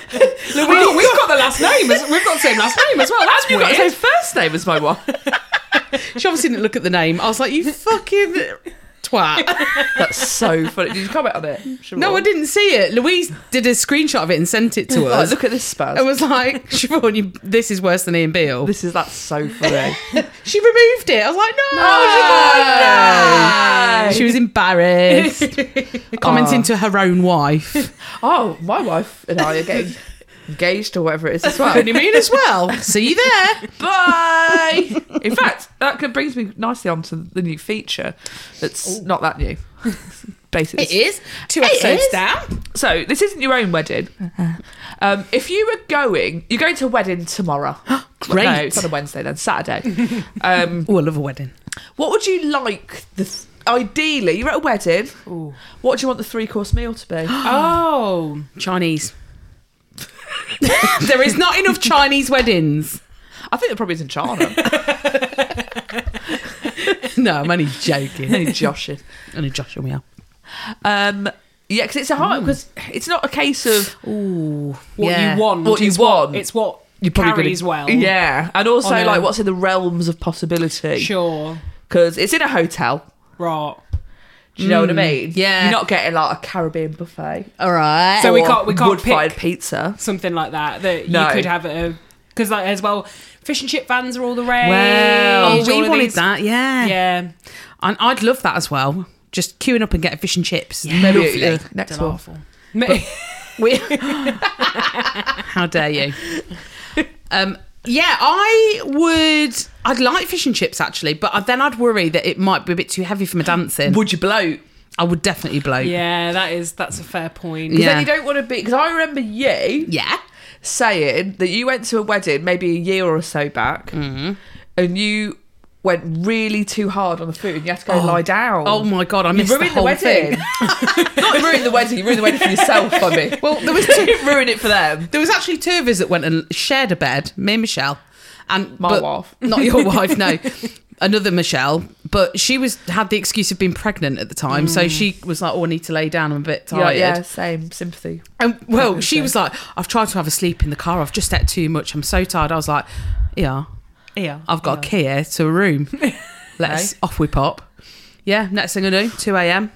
We've got, we've got the last name. As, we've got the same last name as well. That's
You've got to say
weird.
first name as my wife.
She obviously didn't look at the name. I was like, you fucking twat.
That's so funny. Did you comment on it?
No, I didn't see it. Louise did a screenshot of it and sent it
Oh,
to
Like,
us.
look at this spaz. Oh,
It was like, Siobhan, you, this is worse than Ian Beale.
this is that's so funny.
She removed it. I was like, no, Siobhan, no.
No.
She was embarrassed, commenting to her own wife.
oh, my wife and I are getting engaged or whatever it is as well.
Honeymoon as well. See you there.
Bye. In fact, that could- brings me nicely on to the new feature. That's not that new. Basically,
is. Two
It
episodes
is.
down.
so this isn't your own wedding. Um, if you were going, you're going to a wedding tomorrow.
Great.
No, it's on a Wednesday then, Saturday. um,
Oh, I love a wedding.
what would you like? The th- ideally, you're at a wedding. What do you want the three course meal to be?
Oh,
Chinese. there is not enough Chinese weddings.
I think it probably is in China.
no, I'm only joking.
Only joshing.
only Joshua, yeah.
Um, yeah, because it's a
Mm.
hard because it's not a case of
What
Yeah.
you want.
What you
it's
want.
It's what
you
carries well.
Yeah, and also
On a-
like what's in the realms of possibility.
Sure.
because it's in a hotel.
Right.
Do you know
Mm.
what I mean?
yeah.
you're not getting like a Caribbean buffet.
All right.
So we
or
can't- we can't
wood-fired
pick-
pizza.
Something like that. That
No.
you could have a because like as well, fish and chip vans are all the rage.
oh,
all
we
of
wanted
these-
that, yeah.
Yeah.
And I'd love that as well. Just queuing up and getting fish and chips.
Maybe
Lovely.
uh, next one.
Delightful.
We- How dare you? Um, yeah, I would. I'd like fish and chips actually, but then I'd worry that it might be a bit too heavy for my dancing.
Would you bloat?
I would definitely blow.
yeah, that is that's a fair point.
Yeah.
Then you don't want to be because I remember you
Yeah.
saying that you went to a wedding maybe a year or so back, and you went really too hard on the food, and you had to go lie down.
Oh my god, I
You
missed the
ruined the,
whole
wedding.
thing.
Not ruined the wedding. You ruined the wedding for yourself. I mean, well, there was two ruin it for them.
There was actually two of us that went and shared a bed. Me and Michelle, and
My
but-
wife.
not your wife, no, another Michelle. But she was had the excuse of being pregnant at the time, so she was like, "Oh, I need to lay down. I'm a bit
Mm. Yeah,
tired."
yeah, same sympathy.
And well, she was like, I've tried to have a sleep in the car. I've just ate too much. I'm so tired. I was like, yeah,
Yeah.
I've got a key here to a room. Let's off we pop. Yeah, next thing I know, 2 a.m.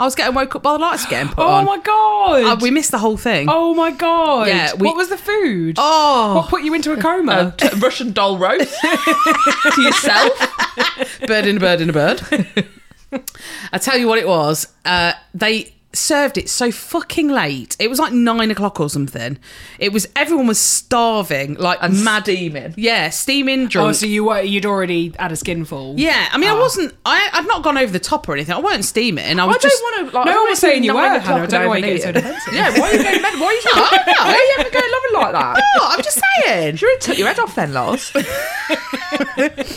I was getting woke up by the lights getting put
Oh
on.
my god.
Uh, we missed the whole thing.
oh my god.
Yeah, we-
what was the food? What
Oh,
put you into a coma?
Uh, t- Russian doll roast to yourself.
bird in a bird in a bird. I tell you what it was. Uh, they served it so fucking late. It was like nine o'clock or something. It was everyone was starving, like
and
mad.
steaming.
Yeah, steaming, drunk.
oh, so you were you'd already had a skinful.
um, Yeah, I mean, I wasn't. I I'd not gone over the top or anything. I weren't steaming. I was just.
want to. Like,
No,
don't
I was
wanna
saying
be
you
nine
were,
o'clock
Hannah. I don't know why you
and
get so
overeaten.
defensive.
Yeah, why are you going mad? Why are you? Why are you ever going loving like that?
No, I'm just saying.
You really took your head off then, Lars.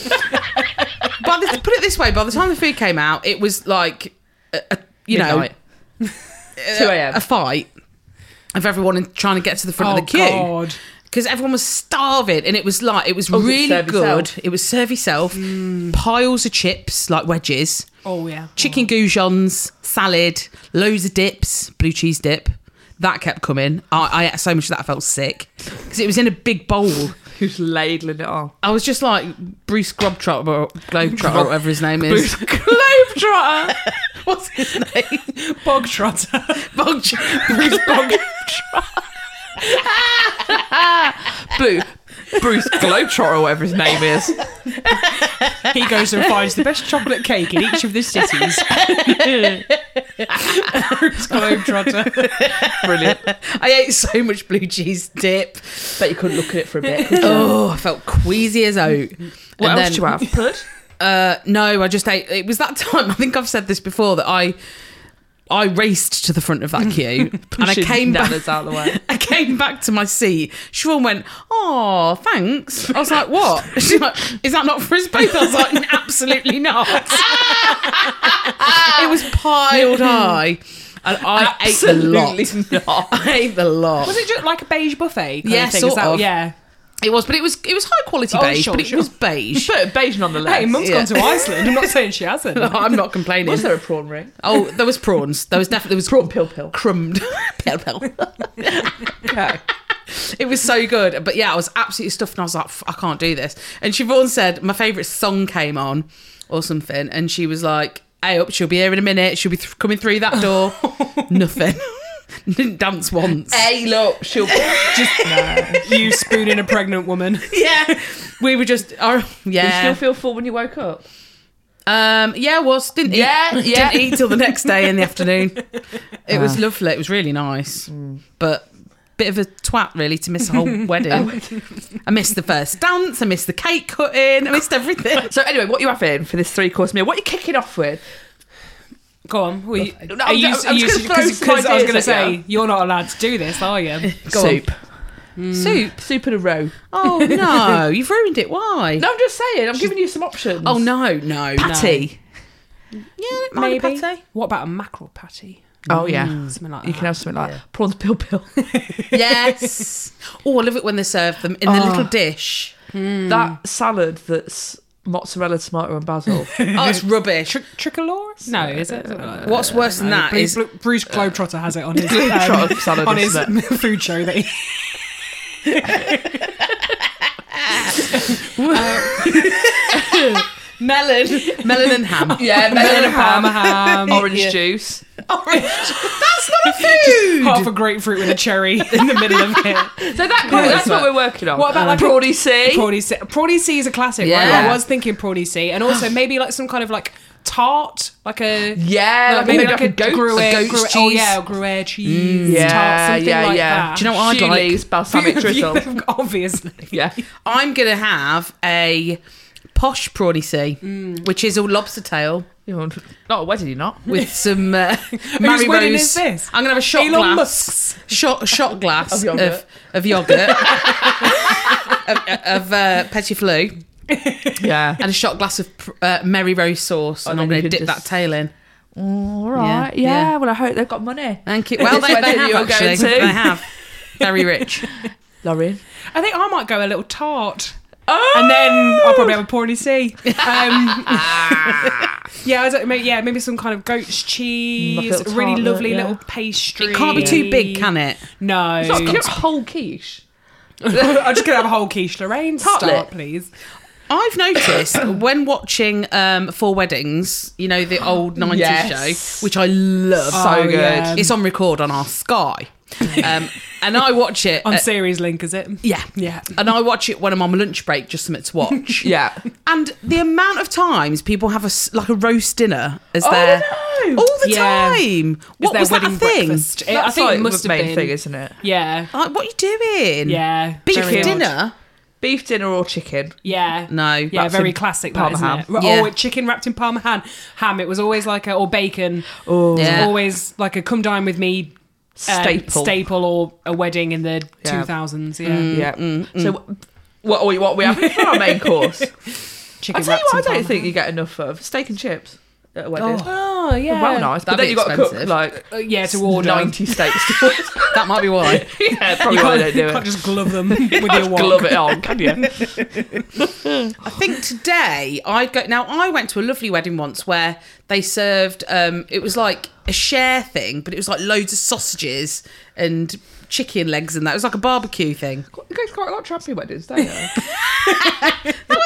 By the, put it this way: by the time the food came out, it was like, a, a, you
Midnight.
know,
2
a,
a.m..
a fight of everyone in, trying to get to the front
Oh
of the queue.
god.
because everyone was starving and it was like it was
was it
really
serve
good
yourself?
it was serve yourself piles of chips like wedges
Oh yeah.
chicken goujons salad loads of dips blue cheese dip that kept coming i, I ate so much of that i felt sick because it was in a big bowl
Who's ladling it on?
i was just like bruce grubtrotter or globetrotter or whatever his name is
Globetrotter.
what's his name
Bog trotter.
Bog- bruce Bog-
Boo. Bruce Globetrotter, or whatever his name is.
He goes and finds the best chocolate cake in each of the cities. Bruce Globetrotter.
Brilliant.
i ate so much blue cheese dip
Bet you couldn't look at it for a bit. could you?
oh i felt queasy as oat
what
And
else
then-
do you have? Pud.
Uh, no, I just ate. It was that time. I think I've said this before that I I raced to the front of that queue and I
Pushing
came back.
nanas out of the way.
I came back to my seat. Siobhan went, "Oh, thanks." I was like, "What?" She's like, "Is that not for us both?" I was like, "Absolutely not." it was piled high, and I ate the lot.
Absolutely not.
I ate the lot.
Was it just like a beige buffet? Kind
Yeah,
of thing?
sort
Is that-
of.
Yeah.
It was, but it was it was high quality
Oh,
beige,
sure,
but it
sure.
was beige.
But beige nonetheless.
Hey, mum's gone to Iceland. I'm not saying she hasn't.
I'm not complaining.
Was there a prawn ring?
Oh, there was prawns. There was definitely there was
Prawn pill pill.
crumbed. Pel, pel. It was so good. But yeah, I was absolutely stuffed and I was like, "F- I can't do this. And Siobhan said, my favourite song came on or something. And she was like, hey, up, she'll be here in a minute. She'll be th- coming through that door. Nothing. Didn't dance once.
Hey, look, she'll.
Just you spooning a pregnant woman.
Yeah. We were just, oh,
Did you
yeah.
still feel full when you woke up?
Um, yeah, I was. Didn't
Yeah,
eat,
yeah.
Didn't eat till the next day in the afternoon. It was lovely. It was really nice. But bit of a twat, really, to miss a whole wedding. I missed the first dance. I missed the cake cutting. I missed everything.
So anyway, what are you having for this three-course meal? What are you kicking off with?
Go on. We,
No, I'm- I'm just gonna throw some
Because I
ideas
was going to
at
say,
you.
you're not allowed to do this, are you?
Go on.
soup, Hmm.
Soup.
soup in a row.
Oh, no. You've ruined it. Why?
No, I'm just saying. I'm giving you some options.
Oh, no, no.
patty.
No. Yeah, maybe.
Maybe. What about a mackerel patty? Mm,
Oh yeah,
Something like that.
you can have something like prawns pill pill.
Oh. Yes. oh, I love it when they serve them in the little dish.
That salad that's mozzarella, tomato, and basil.
Oh, it's rubbish.
Tricoloris? No, is it? Something like that.
What's worse than that
Bru-
is
Bru- Bruce Globetrotter has it on his
uh,
um,
Globetrotter salad,
on his
isn't
food show that he.
melon, melon and ham.
yeah, melon and ham,
ham, ham,
orange juice.
Orange. That's not food.
half a grapefruit with a cherry in the middle of it.
So that, that's what we're working on.
What about, like,
Prawdy C?
Prawdy C, Prawdy C is a classic. Right?
Yeah.
I was thinking Prawdy C, and also maybe like some kind of like tart, like a
Yeah,
like
like
maybe
a-
like,
like a
a,
goat-
gruyere,
a goat's
gruyere- oh
cheese. Mm.
yeah, a gruyere cheese
Yeah,
tart, something
yeah,
like
yeah.
that.
Do you
know what I'd
She
like?
leaves balsamic drizzle.
Obviously,
yeah,
I'm gonna have a posh prawny sea, which is a lobster tail
You want- not a wedding, you not.
with some uh,
Whose
Mary
wedding
Rose.
is this?
I'm gonna have a shot
Elon
glass.
Musk's.
Shot shot glass
Of
of
yogurt.
yogurt of, yogurt, of, of uh, petit flou
Yeah,
and a shot glass of pr- uh, Mary Rose sauce, and
then
I'm
you
gonna
could
dip
just-
that tail in.
all right. Yeah,
Yeah, yeah.
well, I hope they've got money.
Thank you. Well,
This
they,
wedding
they have
you're going
actually.
to.
They have. Very rich.
Lauren.
I think I might go a little tart.
Oh,
and then I'll probably have a porny C. Um, yeah, I don't, maybe, yeah, maybe some kind of goat's
Like a
cheese,
little
a really
tartlet,
lovely
yeah.
little pastry.
It can't be too big, can it?
No,
it's not, it's not a whole quiche.
I'm just gonna have a whole quiche Lorraine
Tartlet.
start, please.
I've noticed when watching um, Four Weddings, you know, the old 90s
Yes.
show, which I love. Oh,
So good. yeah.
It's on record on our Sky. Um, and I watch it.
On
uh,
series link, is it?
yeah.
Yeah.
And I watch it when I'm on my lunch break, just something to watch.
Yeah,
And the amount of times people have a s like a roast dinner as
I
their
know.
all
Oh,
the
Yeah.
time. What
their
was that a
wedding
thing?
breakfast. It- I
Oh, That's
think
like
it must
the
have
main
been.
thing, isn't it?
Yeah.
Like, what are you doing?
Yeah.
beef
very odd.
dinner.
Beef dinner or chicken?
Yeah.
No,
Yeah,
that's
very
in
classic.
Parma
That, isn't
ham.
it? Or-
Yeah.
Or chicken wrapped in parma ham. Ham. It was always like a or bacon.
Oh,
It was
Yeah.
always like a come dine with me uh,
staple.
staple or a wedding in the
Yeah.
2000s. Yeah.
Mm.
Yeah. So, what are we, what are we having for our main course? I
Chicken
tell you
wrapped
what,
in
I don't
parma
think
ham.
you get enough of steak and chips at a wedding.
Oh yeah.
Well, nice, but
That'd
then
be
you got to cook
expensive.
like
Uh, yeah, to order.
ninety steaks. To order.
That might be why.
yeah,
You
probably why
can't,
they do
you can't
it.
just glove them with your wok.
glove it on, can you?
I think today I'd go. Now I went to a lovely wedding once where they served. Um, it was like a share thing, but it was like loads of sausages and chicken legs and that. It was like a barbecue thing.
It goes quite a lot trappy weddings, don't you?
That was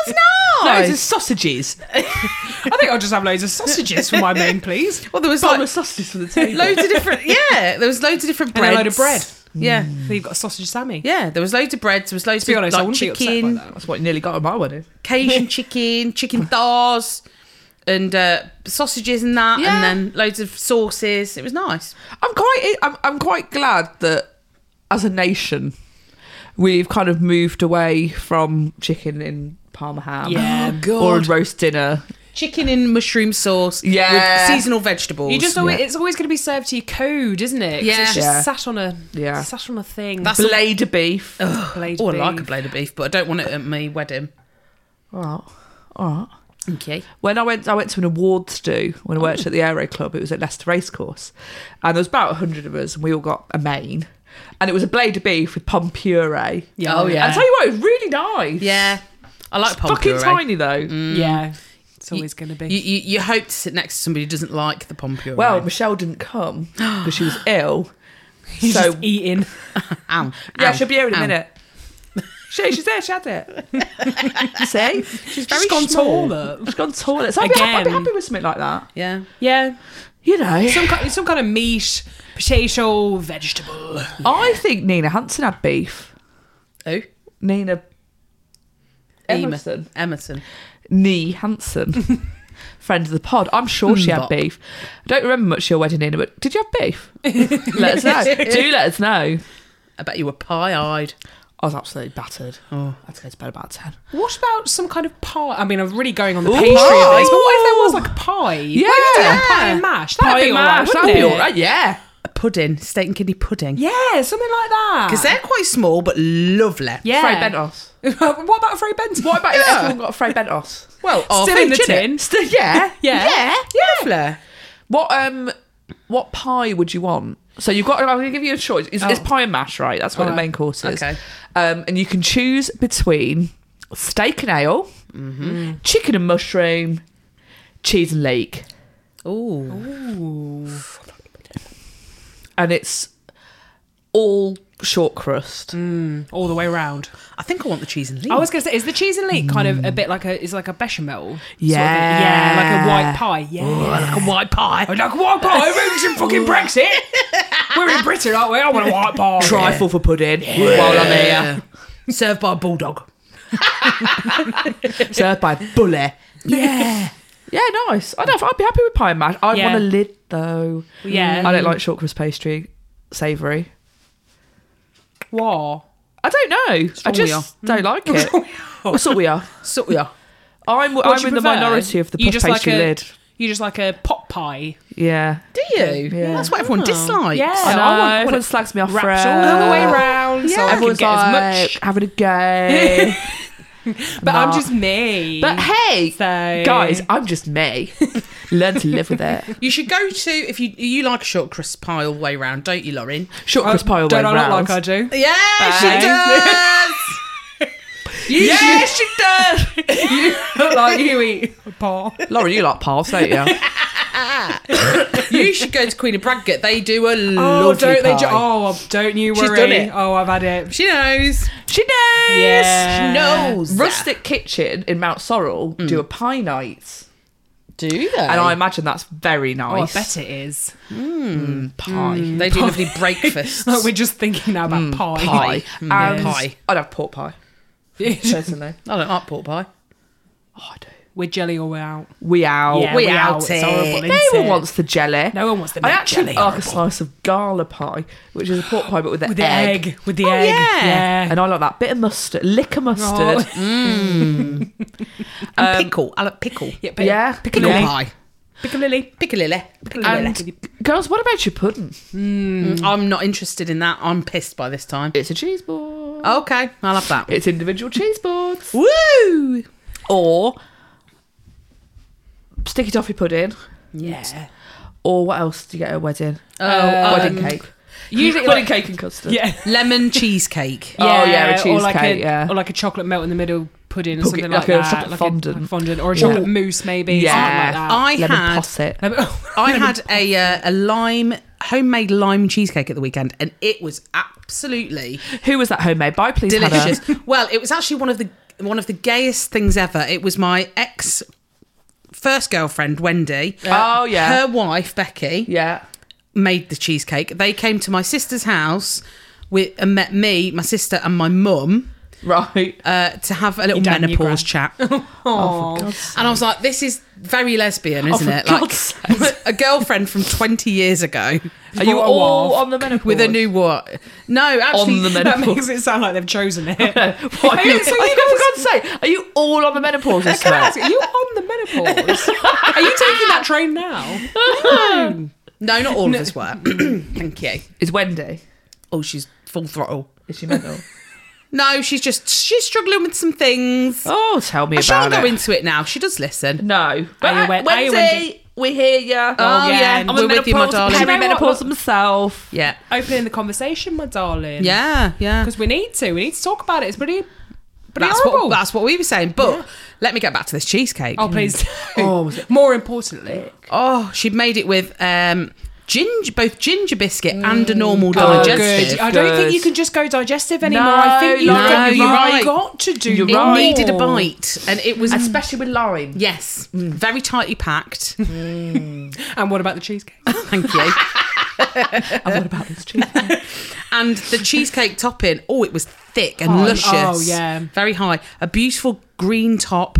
Oh,
No,
nice.
it's just sausages.
I think I'll just have loads of sausages for my main, please.
well, there was
Bomb
like
of sausages for the table.
loads of different. Yeah, there was loads of different
And
breads.
a load of bread.
Yeah,
So you've got a sausage sammy.
yeah. There was loads of breads. There was loads
To be
of
honest, I
like
wouldn't be upset by
chicken,
that.
That's what you nearly got at my wedding.
Cajun chicken, chicken thars, and uh, sausages and that,
Yeah.
and then loads of sauces. It was nice.
I'm quite I'm, I'm quite glad that as a nation we've kind of moved away from chicken in parma ham
Yeah. Oh, God.
or a roast dinner.
chicken in mushroom sauce
Yeah.
with seasonal vegetables.
You just always,
Yeah.
it's always going to be served to you code, isn't it? 'Cause
Yeah.
It's just
Yeah.
sat on a
Yeah.
sat on a thing.
That's- So-
Blade of beef.
blade
oh, I
beef.
like a blade of beef, but I don't want it at my wedding.
All right. All right.
Okay.
When I went, I went to an awards do when I worked at the Aero Club. It was at Leicester Racecourse, and there was about hundred of us, and we all got a main, and it was a blade of beef with pomme puree.
Yeah.
Oh
And I
yeah.
tell you what, it was really nice.
yeah. I like pommes
fucking
puree.
tiny though.
Mm.
Yeah. It's always going to be.
You, you, you hope to sit next to somebody who doesn't like the pommes puree.
Well, Michelle didn't come because she was ill.
He's
so
just eating.
Ow.
yeah,
Ow.
she'll be here in a
Ow.
minute. She, she's there. She had it. See, she's very
She's gone
small.
taller.
She's gone taller. So I'd be, I'd be
Again.
happy with something like that.
Yeah.
Yeah.
You know,
Some kind, some kind of meat, potato, vegetable.
I think Nina Hansen had beef.
Oh.
Nina Emerson.
Emerson. Emerson.
Nee Hansen. Friend of the pod. I'm sure she had
Mbop.
beef. I don't remember much of your wedding, Nina, but did you have beef? let us know. Do let us know.
I bet you were pie-eyed.
I was absolutely battered. Oh. I had to go to bed about 10.
What about some kind of pie? I mean, I'm really going on the
Ooh.
pastry of this, but what if there was
Ooh.
like a pie?
Yeah.
Pie and mash. That'd
Pie
be
and
alright.
mash,
wouldn't
that'd be
it?
all right, yeah.
A pudding. Steak and kidney pudding.
Yeah, something like that.
Because they're quite small, but lovely.
yeah.
Fried bentos.
what about Fray Bentos?
What about if
Yeah.
everyone got fried bentos?
Well, our
Still in the
food, innit?
tin.
Still, yeah.
Yeah.
Oh, Yeah. Lovely.
What um, what pie would you want? So you've got. I'm going to give you a choice. It's, it's pie and mash, right? That's what the
Alright.
main course is.
Okay.
Um, and you can choose between steak and ale, chicken and mushroom, cheese and lake.
Ooh.
And it's all short crust.
all the way round.
I think I want the cheese and leek.
I was going to say, is the cheese and leek kind of a bit like a is like a bechamel?
Yeah.
sort of thing? yeah, like a white pie. Yeah,
like a white pie.
I like a white pie. We're in fucking Brexit. We're in Britain, aren't we? I want a white pie.
Trifle for pudding while I'm here.
Served by a bulldog.
Served by bully.
Yeah.
Yeah, nice. I don't know. I'd be happy with pie and mash. I'd
Yeah.
want a lid though.
Yeah.
I don't like short crust pastry, savoury.
What?
I don't know. I just don't like
Hmm.
it. Well, so we are.
so yeah.
I'm,
What
I'm
do
in the
you prefer?
minority of the
You
puff
just
pastry
like a-
lid.
You just like a pot pie.
Yeah.
Do you?
Yeah.
That's what everyone dislikes.
Yeah.
I know.
I want-
everyone slags me off for
Wrapped
it.
Uh, all the way round, so I can
Everyone's
get as
like,
much.
having a go.
But I'm
Nah.
just me.
but hey,
So- uh,
guys, I'm just me. Learn to live with it.
You should go to if you you like a short crust pie all the way round, don't you, Lauren?
Short
Oh,
crust pie all the way
don't I look
round.
like I do?
Yeah,
Bye.
does.
Yes, she does.
Look like you eat a pie.
Lauren, you like pals, don't you?
you should go to Queen of Bradgate. They do a
Oh,
lovely
don't they?
pie.
Ju- oh, don't you worry.
She's done it.
Oh, I've had it.
She knows.
She knows.
Yeah.
knows.
Rustic Kitchen in Mount Sorrel do a pie night.
Do they? And
And I
I'm
imagine that's very
Oh, I
nice. Mm.
bet it is.
Pie.
they do lovely breakfasts.
Like we're just thinking now about pie.
Pie. And
Pie.
I'd have pork pie, personally.
I don't like pork pie.
oh, I do.
we're jelly or we're out.
Oh, We out.
Yeah,
we
we're
out
It's
it.
horrible,
no
isn't
one
it?
wants the jelly.
No one wants the
I
mint
actually
jelly.
like a slice of gala pie, which is a pork pie but with an
with the egg. With the
Oh,
egg.
yeah.
And I like that bit of mustard, lick of mustard.
And pickle. I like pickle.
yeah, but
Yeah,
Piccalilli.
Yeah.
Um, pie.
Piccalilli.
Piccalilli. Piccalilli.
And girls, what about your pudding?
I'm not interested in that. I'm pissed by this time.
It's a cheese board.
Okay, I love that.
It's individual cheese boards.
Woo!
or sticky toffee pudding,
Yeah.
or what else do you get at a wedding?
Oh,
wedding
um,
cake.
Usually
pudding
like,
cake and custard.
yeah.
lemon cheesecake.
Oh, yeah, a
or like a,
cheesecake, yeah.
or like a chocolate melt in the middle pudding
Pudding,
or something
like
like,
a
that,
chocolate
like
fondant.
a, like fondant or a chocolate mousse maybe,
Yeah.
yeah.
I
Lemon
had
posset.
something like that.
I had a uh, a lime homemade lime cheesecake at the weekend, and it was absolutely
Who was that homemade by? Please, Hannah?
delicious. well, it was actually one of the one of the gayest things ever. It was my ex first girlfriend Wendy. Uh,
Oh, yeah.
her wife Becky
Yeah.
made the cheesecake. They came to my sister's house with and met me, my sister, and my mum.
Right.
Uh, to have a little
dad and your
menopause chat, and
Oh, for God's sake.
I was like, "This is very lesbian, isn't
Oh, for
it?"
God's
Like a girlfriend from twenty years ago.
Are you
What a
all
waff.
on the menopause?
with a new what? No, actually,
On the
that
menopause.
makes it sound like they've chosen it.
What?
Are you- so you
for
guys-
God's sake, are you all on the menopause this
Can I
month?
ask, are you on the menopause? Are you taking that train now?
no, not all of us were. Thank you.
Is Wendy?
Oh, she's full throttle.
Is she mental?
No, she's just she's struggling with some things.
oh, tell me
I
about
shan't go
it.
into it now. She does listen.
no.
Are you
But
Wen- are
Wendy,
you Wendy?
we hear you.
Oh,
yeah.
yeah,
I'm a
we're with you, my
Menopause-
darling.
Do you know what?
Perimenopause myself.
Yeah,
Opening the conversation, my darling.
yeah, yeah.
Because we need to. We need to talk about it. It's pretty, pretty
That's
horrible.
what that's what we were saying. But let me get back to this cheesecake.
oh, please.
Oh, was it-
More importantly,
Oh, she made it with um ginger, both ginger biscuit and a normal
Oh,
Mm. good.
digestive.
I don't think
Good.
you can just go digestive anymore.
No,
I think you've
no,
got,
you're
you've
right.
got to do
You're
It
Right.
needed a bite, and it was
Especially with lime.
yes, very tightly packed.
And what about the cheesecake?
Thank you.
And what about this cheese?
And the cheesecake topping, oh, it was thick and
Oh,
luscious.
oh, yeah.
Very high. A beautiful green top.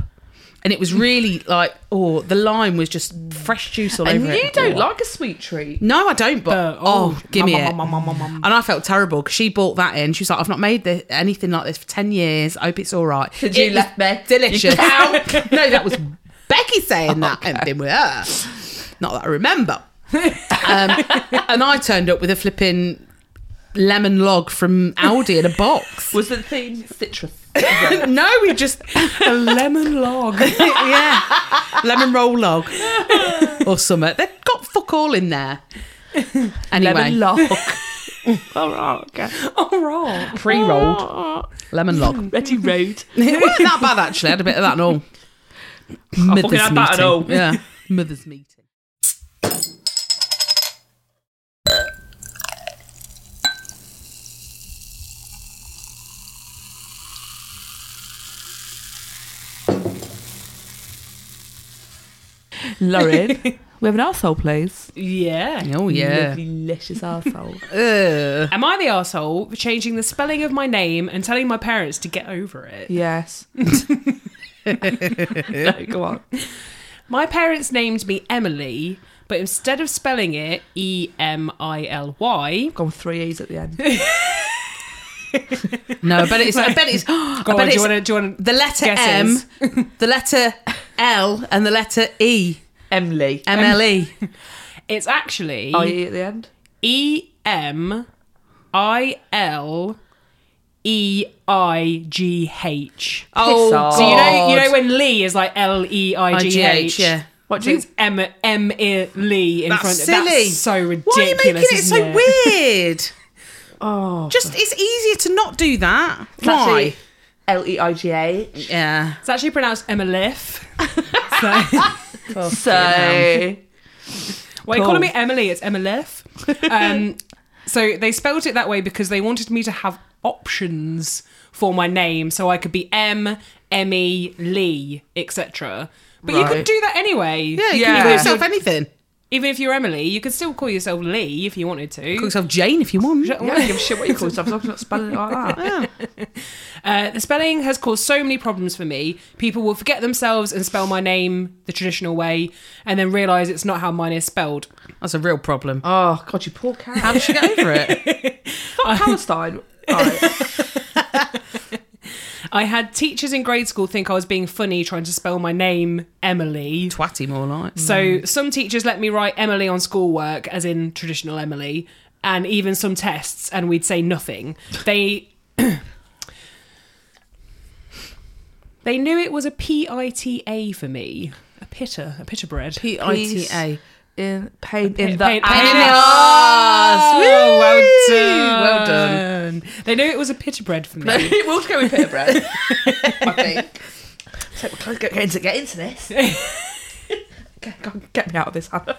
And it was really like, oh, the lime was just fresh juice all
and
over
you
it.
don't like a sweet treat.
No, I don't, but
Uh,
oh, give me
mum,
it.
mum, mum, mum, mum.
And I felt terrible because she bought that in. She was like, I've not made this, anything like this for 10 years. I hope it's all right.
Since you
It was
left me. You
Delicious.
cow.
no, that was Becky saying that. I haven't been with her. Not that I remember. um, and I turned up with a flipping lemon log from Aldi in a box.
Was the theme citrus?
no, we just
a lemon log.
yeah, lemon roll log or summit. They've got fuck all in there. Anyway,
Lemon lock. All right, okay.
All right.
Pre-rolled
Oh,
lemon log.
Ready road.
it wasn't that bad actually. I had a bit of that and all.
fucking had that and all.
Yeah, mother's meeting.
Lauren, we have an arsehole, please.
Yeah.
Oh yeah.
Delicious arsehole.
Ugh.
Am I the asshole for changing the spelling of my name and telling my parents to get over it?
yes. no, go on.
My parents named me Emily, but instead of spelling it E M I L Y,
Gone with three E's at the end.
No, I bet it's. I bet it's. I
go on,
bet
do you
it's
want to? Do you want
the letter
Guesses.
M, the letter L, and the letter E.
Emily.
M L E.
It's actually
I-E at the end.
E M I L E I G H.
Oh,
off.
So you know, you know when Lee is like L E I G H.
Yeah.
What
So
do you...
it's M M E Lee in
That's
front.
silly.
That's so ridiculous.
Why are you making it
isn't
so weird?
Oh.
Just it's easier to not do that.
that's
Why?
it. E L-E-I-G-H.
Yeah.
It's actually pronounced Emelif.
Oh, So...
Why are you calling me Emily? It's Emelif. Um, so they spelled it that way because they wanted me to have options for my name, so I could be M, Emmy, Lee, etc. But you
Right.
could do that anyway.
Yeah, you
Yeah.
can call yourself anything.
Even if you're Emily, you could still call yourself Lee if you wanted to.
Call yourself Jane if you want.
Yeah, I don't give a shit what you call yourself. as long as you're not spelling it like that.
Uh, the spelling has caused so many problems for me. People will forget themselves and spell my name the traditional way, and then realise it's not how mine is spelled.
That's a real problem.
Oh god, you poor
How
cat.
did she get over it?
Fuck Palestine. Right.
I had teachers in grade school think I was being funny trying to spell my name Emily.
Twatty more like.
So some teachers let me write Emily on schoolwork, as in traditional Emily, and even some tests, and we'd say nothing. They they knew it was a PITA for me, a pitta, a pitta bread.
P I T A.
In pain in the
Pain-
ass.
pain in the
ass.
Oh, well
Whee!
done.
Well done.
They knew it was a pitta bread for me.
we'll go with pita bread. I think. So we're close- get, get into, get into this. get, go on, get me out of this. Hannah.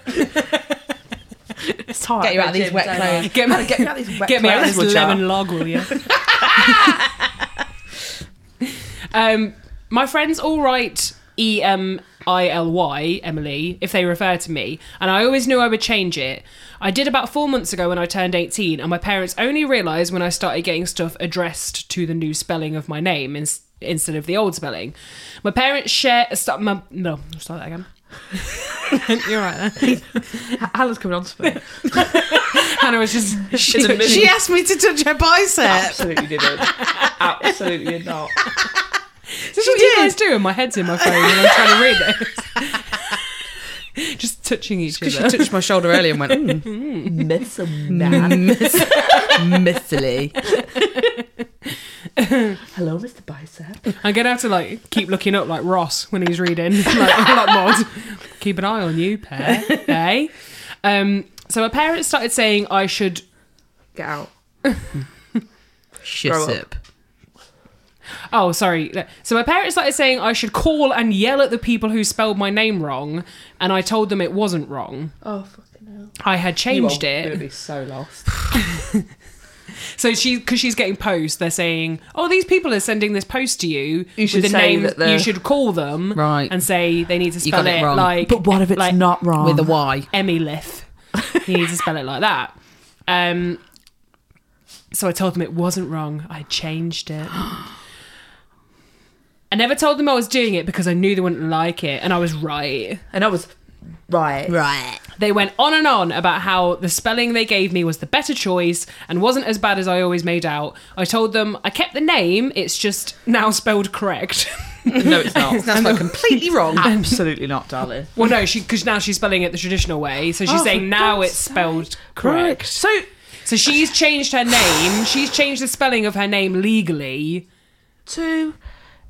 it's hard.
Get you out of these
Jim,
wet
don't
clothes.
I?
Get me-
Hannah, get me out of these wet
Get me out of this
clothes,
lemon
would ya?
log, will you? um, my friends all write E M I L Y, Emily, if they refer to me, and I always knew I would change it. I did about four months ago when I turned 18, and my parents only realised when I started getting stuff addressed to the new spelling of my name ins- instead of the old spelling. My parents share. Stop, my, no, start that again. You're right. Hannah.
Hannah's coming on to me.
Hannah was just.
She asked me to touch her bicep.
Absolutely didn't. Absolutely not.
This is
She
what
did.
you guys do, and my head's in my phone, and I'm trying to read this. Just touching each
Because she
other.
touched my shoulder earlier and went, "Hmm, mm,
Miss a man.
miss- missily.
Hello, Mr. Bicep.
I'm gonna have to like keep looking up like Ross when he's reading, like, like Mod. Keep an eye on you, pair. eh? Um, so my parents started saying I should.
Get out. Grow
Shissip.
Oh, sorry. So my parents started saying I should call and yell at the people who spelled my name wrong, and I told them it wasn't wrong.
Oh fucking hell.
I had changed
You are gonna
it.
be so lost.
So she, because she's getting posts, they're saying, "Oh, these people are sending this post to you.
You should
with the
say
name,
that they're-
you should call them,
Right.
and say they need to
got
spell
it wrong.
like,
But what if it's
like
not wrong?
With a Y.
Emmy Lith? You need to spell it like that." Um, so I told them it wasn't wrong. I changed it. I never told them I was doing it because I knew they wouldn't like it, and I was right.
And I was right.
Right.
They went on and on about how the spelling they gave me was the better choice and wasn't as bad as I always made out. I told them I kept the name, it's just now spelled correct.
No, it's not.
That's like completely wrong.
Absolutely not, darling.
well, no, she because now she's spelling it the traditional way, so she's
Oh, for
saying now
God's
it's spelled correct.
So
So she's changed her name. She's changed the spelling of her name legally.
to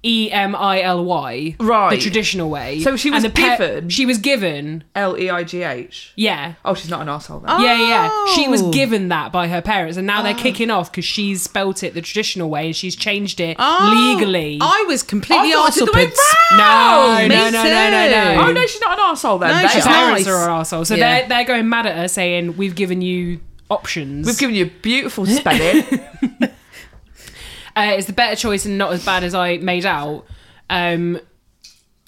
E M I L Y, the
Right.
traditional way.
So she was
the pe-
given-
she was given.
L E I G H.
Yeah.
Oh, she's not an asshole then.
Yeah, yeah. She was
Oh. Uh.
given that by her parents, and now they're kicking off because she's spelt it the traditional way and she's changed it legally.
Ah, Oh, I was completely
I thought it was the way
arsepids.
no,
me
no, no, no, no,
too.
no.
Oh no, she's not an asshole then.
No,
They
Her
she's
are.
not.
parents
nice.
are our asshole. So
Yeah.
they're, they're going mad at her saying, We've given you options.
We've given you a beautiful spelling.
uh, it's the better choice and not as bad as I made out. Um,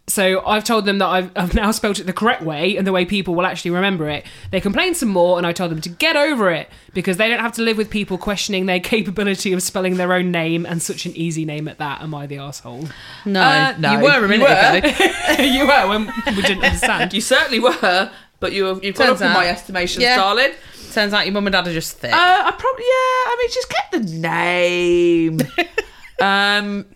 so I've told them that I've, I've now spelt it the correct way and the way people will actually remember it. They complained some more, and I told them to get over it because they don't have to live with people questioning their capability of spelling their own name and such an easy name at that. Am I the asshole?
No,
Uh, no,
you were
you
a minute
were.
ago.
you were when we didn't understand.
you certainly were, but you were, you've got up
Turns
in my
out.
estimations,
Yeah.
darling.
Turns out your mum and dad are just thick.
Uh, I probably yeah. I mean, she's kept the name. um,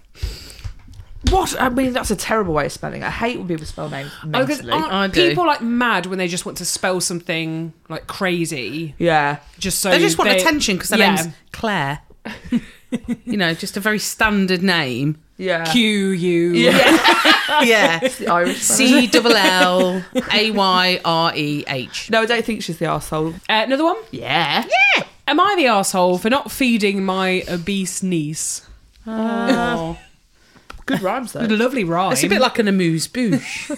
what I mean, that's a terrible way of spelling. I hate when people spell names
Oh, 'cause
mentally.
aren't
I do.
people like mad when they just want to spell something like crazy?
yeah,
Just so
they just want
they-
attention because their
Yeah.
name's Claire. you know, just a very standard name.
yeah.
Q U.
Yeah.
The Irish spelling.
C double L A Y R E H.
No, I don't think she's the asshole.
Uh, another one.
Yeah.
Am I the asshole for not feeding my obese niece?
Oh.
Good rhymes though.
Lovely rhyme.
It's a bit like an amuse bouche.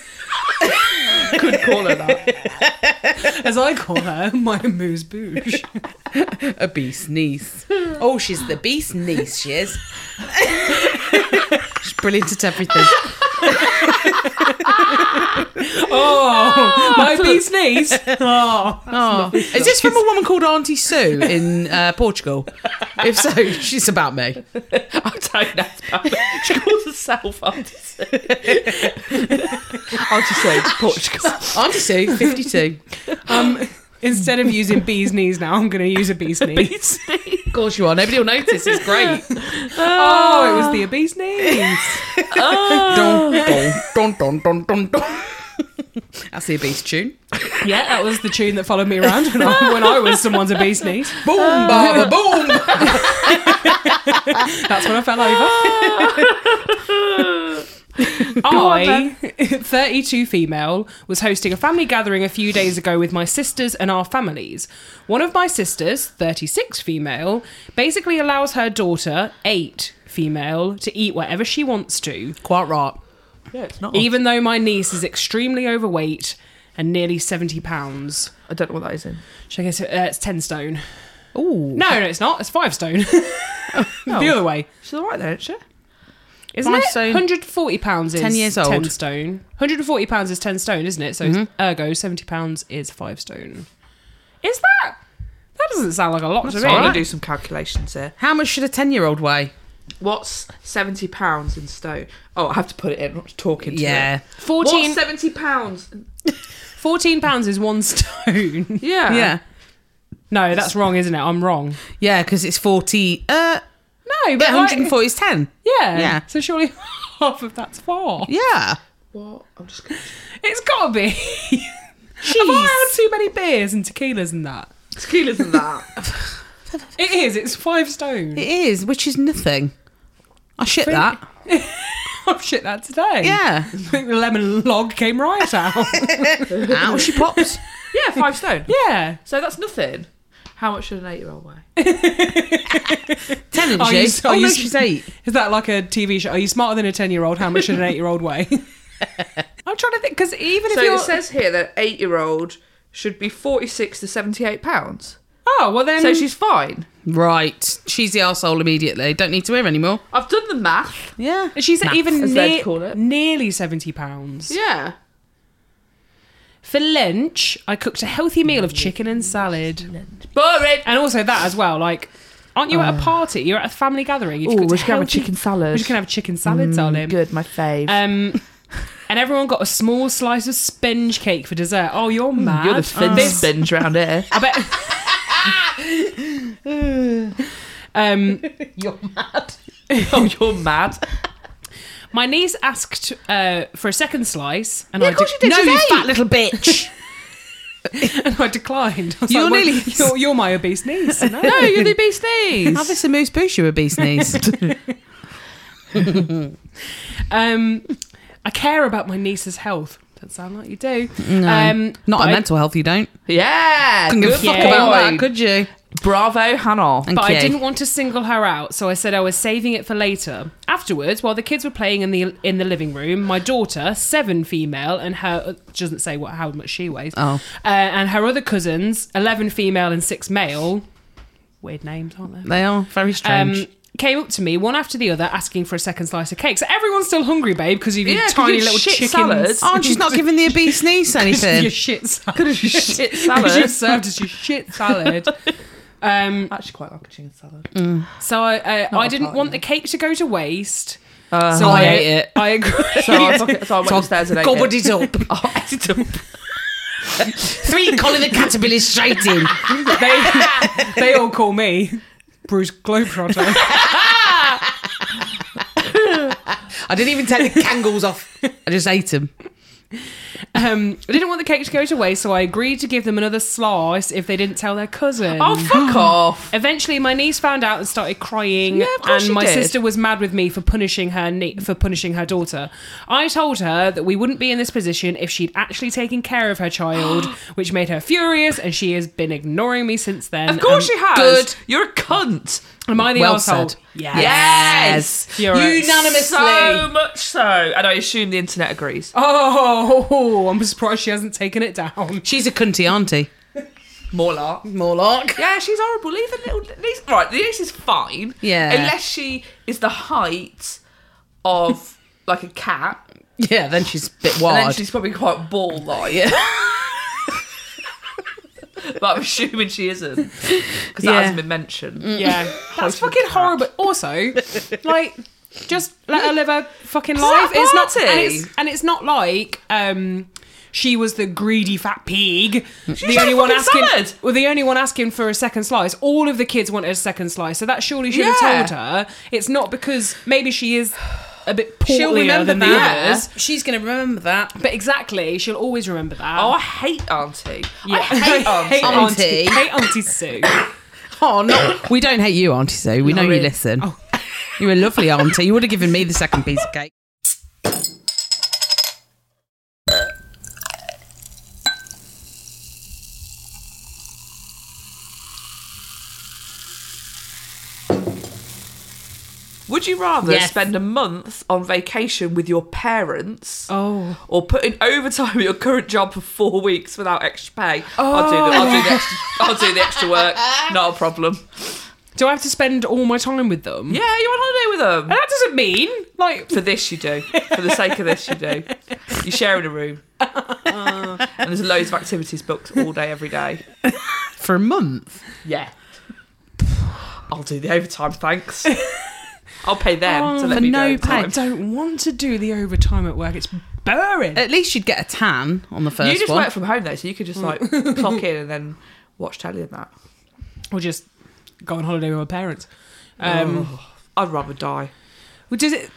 Could call her that.
as I call her, my amuse bouche.
a beast niece. Oh, she's the beast niece, she is. she's brilliant at everything.
Oh, my obese niece. Oh,
Oh. Ah! Is this from a woman called Auntie Sue in uh, Portugal? If so, she's about me.
I don't know. about that. She calls herself Auntie Sue. Auntie Sue, Portugal.
Auntie Sue, 52.
um, instead of using bee's knees now, I'm going to use obese knees.
Of course you are. Nobody will notice. It's great.
Oh, it was the obese knees.
Dun, dun, dun, dun, dun, dun. That's the obese tune.
Yeah, that was the tune that followed me around when I, when I was someone's obese niece.
Boom, baba, boom.
That's when I fell over. Oh, I, 32 female, was hosting a family gathering a few days ago with my sisters and our families. One of my sisters, 36 female, basically allows her daughter, 8 female, to eat whatever she wants to,
Quite right.
Yeah, it's not.
even though my niece is extremely overweight and nearly 70 pounds.
I don't know what that is in.
Should I guess uh, it's 10 stone?
Ooh.
No, no, it's not. It's 5 stone. The other way.
She's all right then, isn't she?
Isn't
Five
it?
stone.
140 pounds is
10 years old.
10 stone. 140 pounds is 10 stone, isn't it? So it's ergo 70 pounds is 5 stone. Is that? That doesn't sound like a lot to
That's
me.
all right. do some calculations here.
How much should a 10 year old weigh?
What's seventy pounds in stone? Oh, I have to put it in. I'm not talking to
Yeah.
it.
14,
What's seventy pounds?
14 pounds is 1 stone.
Yeah.
Yeah.
no, that's wrong, isn't it? I'm wrong.
Yeah, because it's 40. Uh,
No, but
yeah,
like,
140 is 10.
yeah.
Yeah.
So surely half of that's 4.
Yeah.
What? I'm just. Gonna...
It's got to be. Have I had too many beers and tequilas and that?
Tequila's in that.
It is. It's 5 stone.
It is, which is nothing. I shit that.
I've Oh, shit that today.
Yeah.
I think the lemon log came right out.
Ow, she pops.
yeah, five stone.
yeah.
So that's nothing. How much should an eight-year-old weigh?
10 and
Are
she.
you s-
oh,
are you
no,
s-
she's 8.
Is that like a TV show? Are you smarter than a 10 year old? How much should an 8 year old weigh? I'm trying to think because even if
So
you're.
it says here that eight-year-old should be forty-six to seventy-eight pounds.
oh, well then.
So she's fine.
Right. She's the arsehole immediately. Don't need to hear anymore.
I've done the math.
Yeah.
She's
Nah.
even
as they'd
near-
call it.
nearly 70 pounds.
Yeah.
For lunch, I cooked a healthy meal of chicken and salad.
Boring.
And also that as well. Like, aren't you at a party? You're at a family gathering. You've
Uh. Ooh,
cooked
we should have a
healthy-
chicken salad.
We can have chicken salad, darling.
Good, my fave.
Um, and everyone got a small slice of sponge cake for dessert. Oh, you're mad.
Mm, You're the fin
This-
binge round here.
I bet. um,
You're mad.
oh, you're mad.
my niece asked uh, for a second slice, and I
of course
de-
you did.
No,
She's
you
eight.
fat little bitch.
and I declined. I was
You're
like, well,
nearly-
you're, you're my obese niece. No.
No, you're the obese knees.
Have this a moose boosh, you obese niece.
Um, I care about my niece's health. Doesn't sound like you do. Um,
Not
but
on
I-
mental health, you don't.
Yeah.
Couldn't give a
good
fuck
yeah.
about that,
boy.
could you?
Bravo, Hannah.
Thank
But
you.
I didn't want to single her out, so I said I was saving it for later. Afterwards, while the kids were playing in the in the living room, my daughter, seven female, and her she doesn't say what how much she weighs.
Oh.
Uh, and her other cousins, eleven female and six male. Weird names, aren't they?
They are very strange.
Um, came up to me one after the other, asking for a second slice of cake. So everyone's still hungry, babe, because of your
Yeah, 'cause
tiny
your
little
shit
chicken
salads.
oh, and she's not giving the obese niece anything.
Your shit salad.
Could have shit
Because you
salad.
served as your shit salad. Um,
Actually, quite like a chicken salad.
so I, uh, I
a
didn't
part,
want the cake to go to waste.
Uh,
so
I ate it.
I agree.
So I, fucking- so I went upstairs and ate
Gobbled
it.
it up.
Oh, I ate it.
Three Colin the Caterpillar straight in.
they, they all call me Bruce Globetrotter.
I didn't even take the kangles off. I just ate them.
Um, I didn't want the cake to go to waste, so I agreed to give them another slice if they didn't tell their cousin.
Oh,
Mm-hmm.
fuck off.
Eventually, my niece found out and started crying,
Yeah, of course
and
she
my
did.
sister was mad with me for punishing her nie- for punishing her daughter. I told her that we wouldn't be in this position if she'd actually taken care of her child, which made her furious, and she has been ignoring me since then.
Of course
Um,
she has.
good.
You're a cunt.
Am I the
Well
asshole?
said.
Yes.
Yes.
You're a-
Unanimously.
So much so. And I assume the internet agrees.
Oh, I'm surprised she hasn't taken it down.
She's a cunty auntie.
More lark.
Morlock.
Yeah, she's horrible. Even little Lisa. Right, the Lisa is fine.
Yeah.
Unless she is the height of like a cat.
Yeah, then she's a bit
And then
wild.
she's probably quite bald like. but I'm assuming she isn't. Because that
Yeah. Mm.
hasn't been mentioned.
Yeah, that's fucking horrible. Also, like, just let her live her fucking life.
that
It's not,
party?
and it's, and it's not like um, she was the greedy fat pig, the
had
only
a
one
fucking
asking,
salad.
well, the only one asking for a second slice. All of the kids wanted a second slice, so that surely should
Yeah.
have told her. It's not because maybe she is a bit portlier
remember
than the
that.
others,
She's going to remember that.
but exactly, she'll always remember that.
Oh, I hate Auntie. I
Yeah.
hate Auntie. Um,
hate Auntie.
Auntie.
Hate Auntie Sue.
Oh, no. we don't hate you, Auntie Sue. We know you
really.
listen. You're a lovely auntie. You would have given me the second piece of cake.
Would you rather
Yes.
spend a month on vacation with your parents
Oh.
or put in overtime at your current job for four weeks without extra pay? I'll, do the, I'll, do
Oh.
the extra, I'll do the extra work. Not a problem.
Do I have to spend all my time with them?
Yeah, you're on holiday with them.
And that doesn't mean like
For this, you do. For the sake of this, you do. You're sharing a room. and there's loads of activities booked all day, every day.
For a month.
Yeah. I'll do the overtime, thanks. I'll pay them
oh,
to
for
let me
no
do
pay.
overtime.
I don't want to do the overtime at work. It's boring.
Uh,
At least you'd get a tan on the first
You just
one.
work from home though, so you could just like clock in and then watch telly and that.
Or just go on holiday with my parents.
Oh.
Um,
I'd rather die.
well, does it?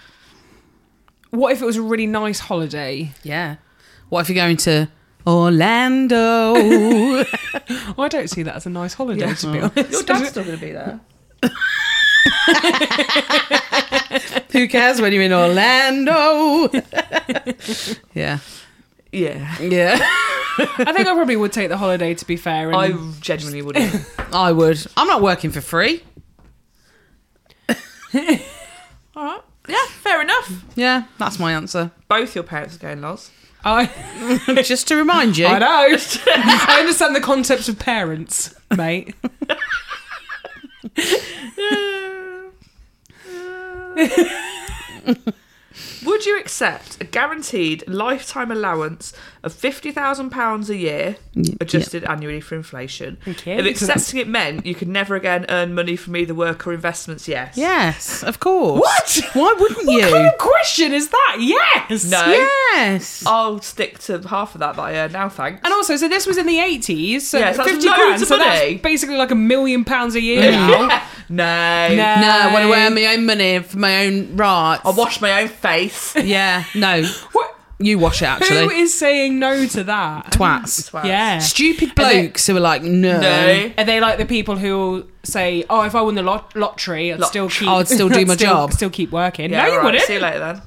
What if it was a really nice holiday?
yeah. What if you're going to Orlando?
I don't see that as a nice holiday.
Yeah. Oh.
To be honest,
Your dad's still gonna be there.
Who cares when you're in Orlando? yeah.
Yeah.
Yeah.
I think I probably would take the holiday. To be fair, and
I
Mm.
genuinely wouldn't.
I would. I'm not working for free.
Alright. Yeah, fair enough.
Yeah, that's my answer.
Both your parents are going, Loz.
I,
Just to remind you.
I know. I understand the concept of parents, mate.
Would you accept a guaranteed lifetime allowance of fifty thousand pounds a year, adjusted annually for inflation?
Okay.
If accepting it meant you could never again earn money from either work or investments, yes.
Yes, of course.
What?
Why wouldn't
What
you?
kind of question is that? Yes.
No.
Yes.
I'll stick to half of that that I earn now, thanks.
And also, so this was in the eighties, so
Yeah, so that's
fifty
loads
grand,
of
so
money.
that's basically like a million pounds a year now.
Yeah. No.
No.
No, I want to earn my own money for my own rights.
I wash my own face.
Yeah, no.
What?
You wash it actually.
Who is saying no to that?
Twats.
Twats.
Yeah.
Stupid
And they-
blokes who are like, no.
No.
Are they like the people who say, "Oh, if I won the lot- lottery, I'd
Lot-
still keep,
I'd still do my
still-
job."
still keep working"?
Yeah,
no, you
alright,
wouldn't.
See you later then.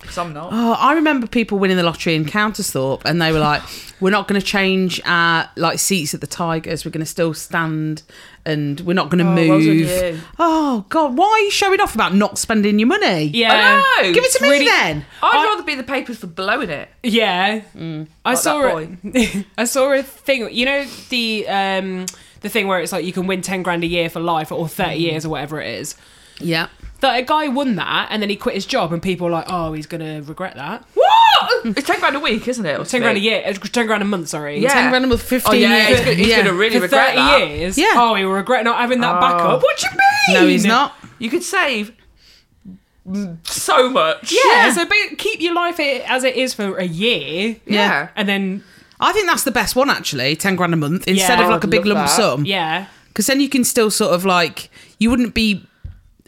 Because I'm not.
Oh, I remember people winning the lottery in Countersthorpe, and they were like, "We're not going to change our like seats at the Tigers. We're going to still stand, and we're not going to
Oh, well done
move."
you.
oh God, why are you showing off about not spending your money?
Yeah,
I know.
give it to me
Really-
then.
I'd
I-
rather be the papers for blowing it.
yeah.
Mm.
I
Like
saw
that
a, I saw a thing. You know the um the thing where it's like you can win ten grand a year for life or thirty
Mm.
years or whatever it is.
Yeah.
That a guy won that and then he quit his job and people were like, "Oh, he's gonna regret that."
What? it's ten grand a week, isn't it? or
Ten grand a
something?
year, uh, ten grand a month. Sorry.
Yeah.
Ten grand a month,
Oh
fifteen
yeah,
years.
he's, gonna, he's
yeah.
gonna really
for
regret
thirty
that.
years.
Yeah.
Oh, he will regret not having that
Oh.
backup. What do you mean?
no, he's not.
You could save mm, so much.
Yeah, so ba- keep your life i- as it is for a year,
Yeah.
and then
I think that's the best one actually. Ten grand a month instead
Yeah.
of
Oh,
like a
I'd
big
love
lump
that.
sum.
yeah,
because then you can still sort of like you wouldn't be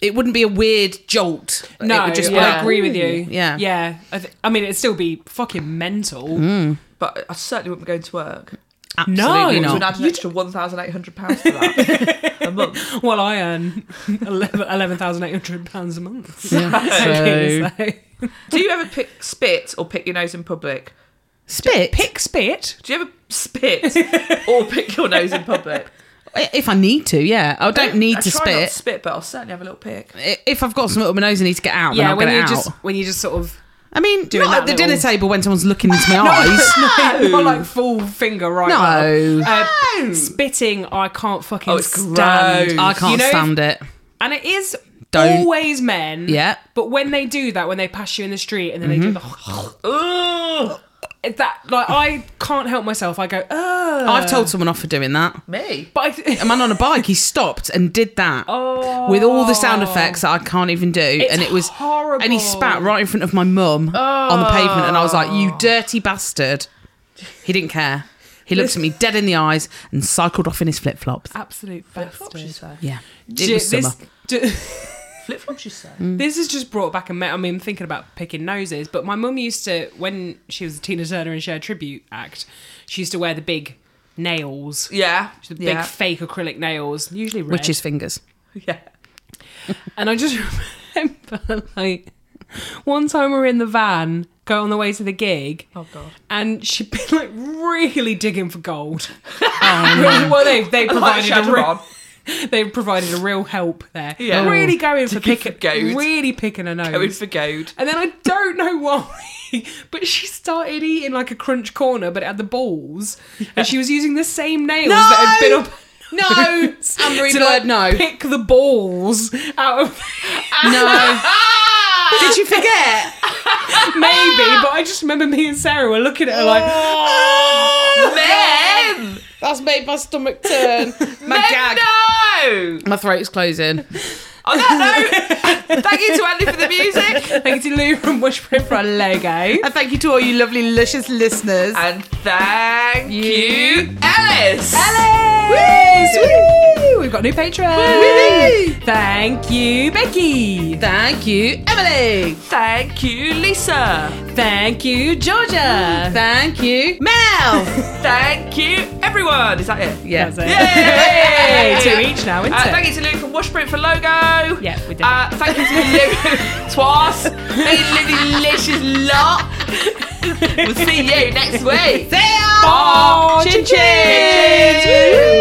it wouldn't be a weird jolt
no,
it would just
yeah.
I agree with you.
Ooh, yeah.
yeah. I, th- I mean, it'd still be fucking mental.
Mm.
But I certainly wouldn't be going to work.
be like absolutely
No.
So I'd
not
add an extra one thousand eight hundred pounds for that a month.
Well, I earn eleven thousand eight hundred pounds a month.
so-
Okay, so-
Do you ever pick spit or pick your nose in public?
spit
pick spit.
Do you ever spit or pick your nose in public?
if I need to yeah I don't need
I
to
try Not to
spit
spit, but I'll certainly have a little pick.
I- if I've got something up my nose and need to get out
yeah,
then I'll
when
get
you
it out
just when you just sort of
I mean
doing
not
that
at the
little-
dinner table when someone's looking into my eyes
not like full finger right.
No.
up. Uh, spitting. I can't fucking
Oh, it's
stand.
gross.
I can't
You know,
stand it
And it is
Don't-
always men.
Yeah. Mm-hmm.
But when they do that, when they pass you in the street and then they do the
Ugh,
it's that like I can't help myself. I go, oh
I've told someone off for doing that
me.
but
a man on a bike he stopped and did that
Oh.
with all the sound effects that I can't even do and it was
horrible.
and he spat right in front of my mum on the pavement and I was like you dirty bastard he didn't care he looked at me dead in the eyes and cycled off in his flip-flops
absolute bastard.
yeah it
Ju-
was summer
this, ju-
Flip flops, you say?
Mm.
this has just brought back a me- I mean, I'm thinking about picking noses, but my mum used to, when she was a Tina Turner and she had tribute act, she used to wear the big nails,
Yeah,
the big
yeah,
fake acrylic nails, usually red.
which is fingers
yeah.
And I just remember, like, one time we were in the van, go on the way to the gig.
Oh god.
And she'd been like really digging for gold. Really- well, they they
Like
provided a
Shadow
real,
Ron.
they provided a real help there.
Yeah.
really going for
Digging for
picking,
gold.
really picking a nose.
Going for gold.
And then I don't know why, but she started eating like a crunch corner, but it had the balls, and she was using the same nails that had been up.
no Ambery
to, like,
Bird no
Pick the balls out of
no did you forget
maybe, but I just remember me and Sarah were looking at her like,
Men,
that's made my stomach turn my
men,
gag
no.
my throat's closing
On that note, thank you to Andy for the music,
Thank you to Lou from Wishprint for a eh? Lego.
and thank you to all you lovely luscious listeners
and thank you, Alice.
Alice! Woo! We've got a new patron.
Woo!
Thank you, Becky.
thank you Emily
Thank you, Lisa.
Thank you, Georgia.
thank you Mel
Thank you, everyone. Is that it?
yeah
That's it.
Yay!
Two each now, isn't
Uh,
it?
thank you to Luke and Washprint for logo.
Yeah, we did.
Uh, thank you to Luke Twas. They live delicious lot. We'll see you next week.
They
Bye.
Chin
Chin chins. Woo.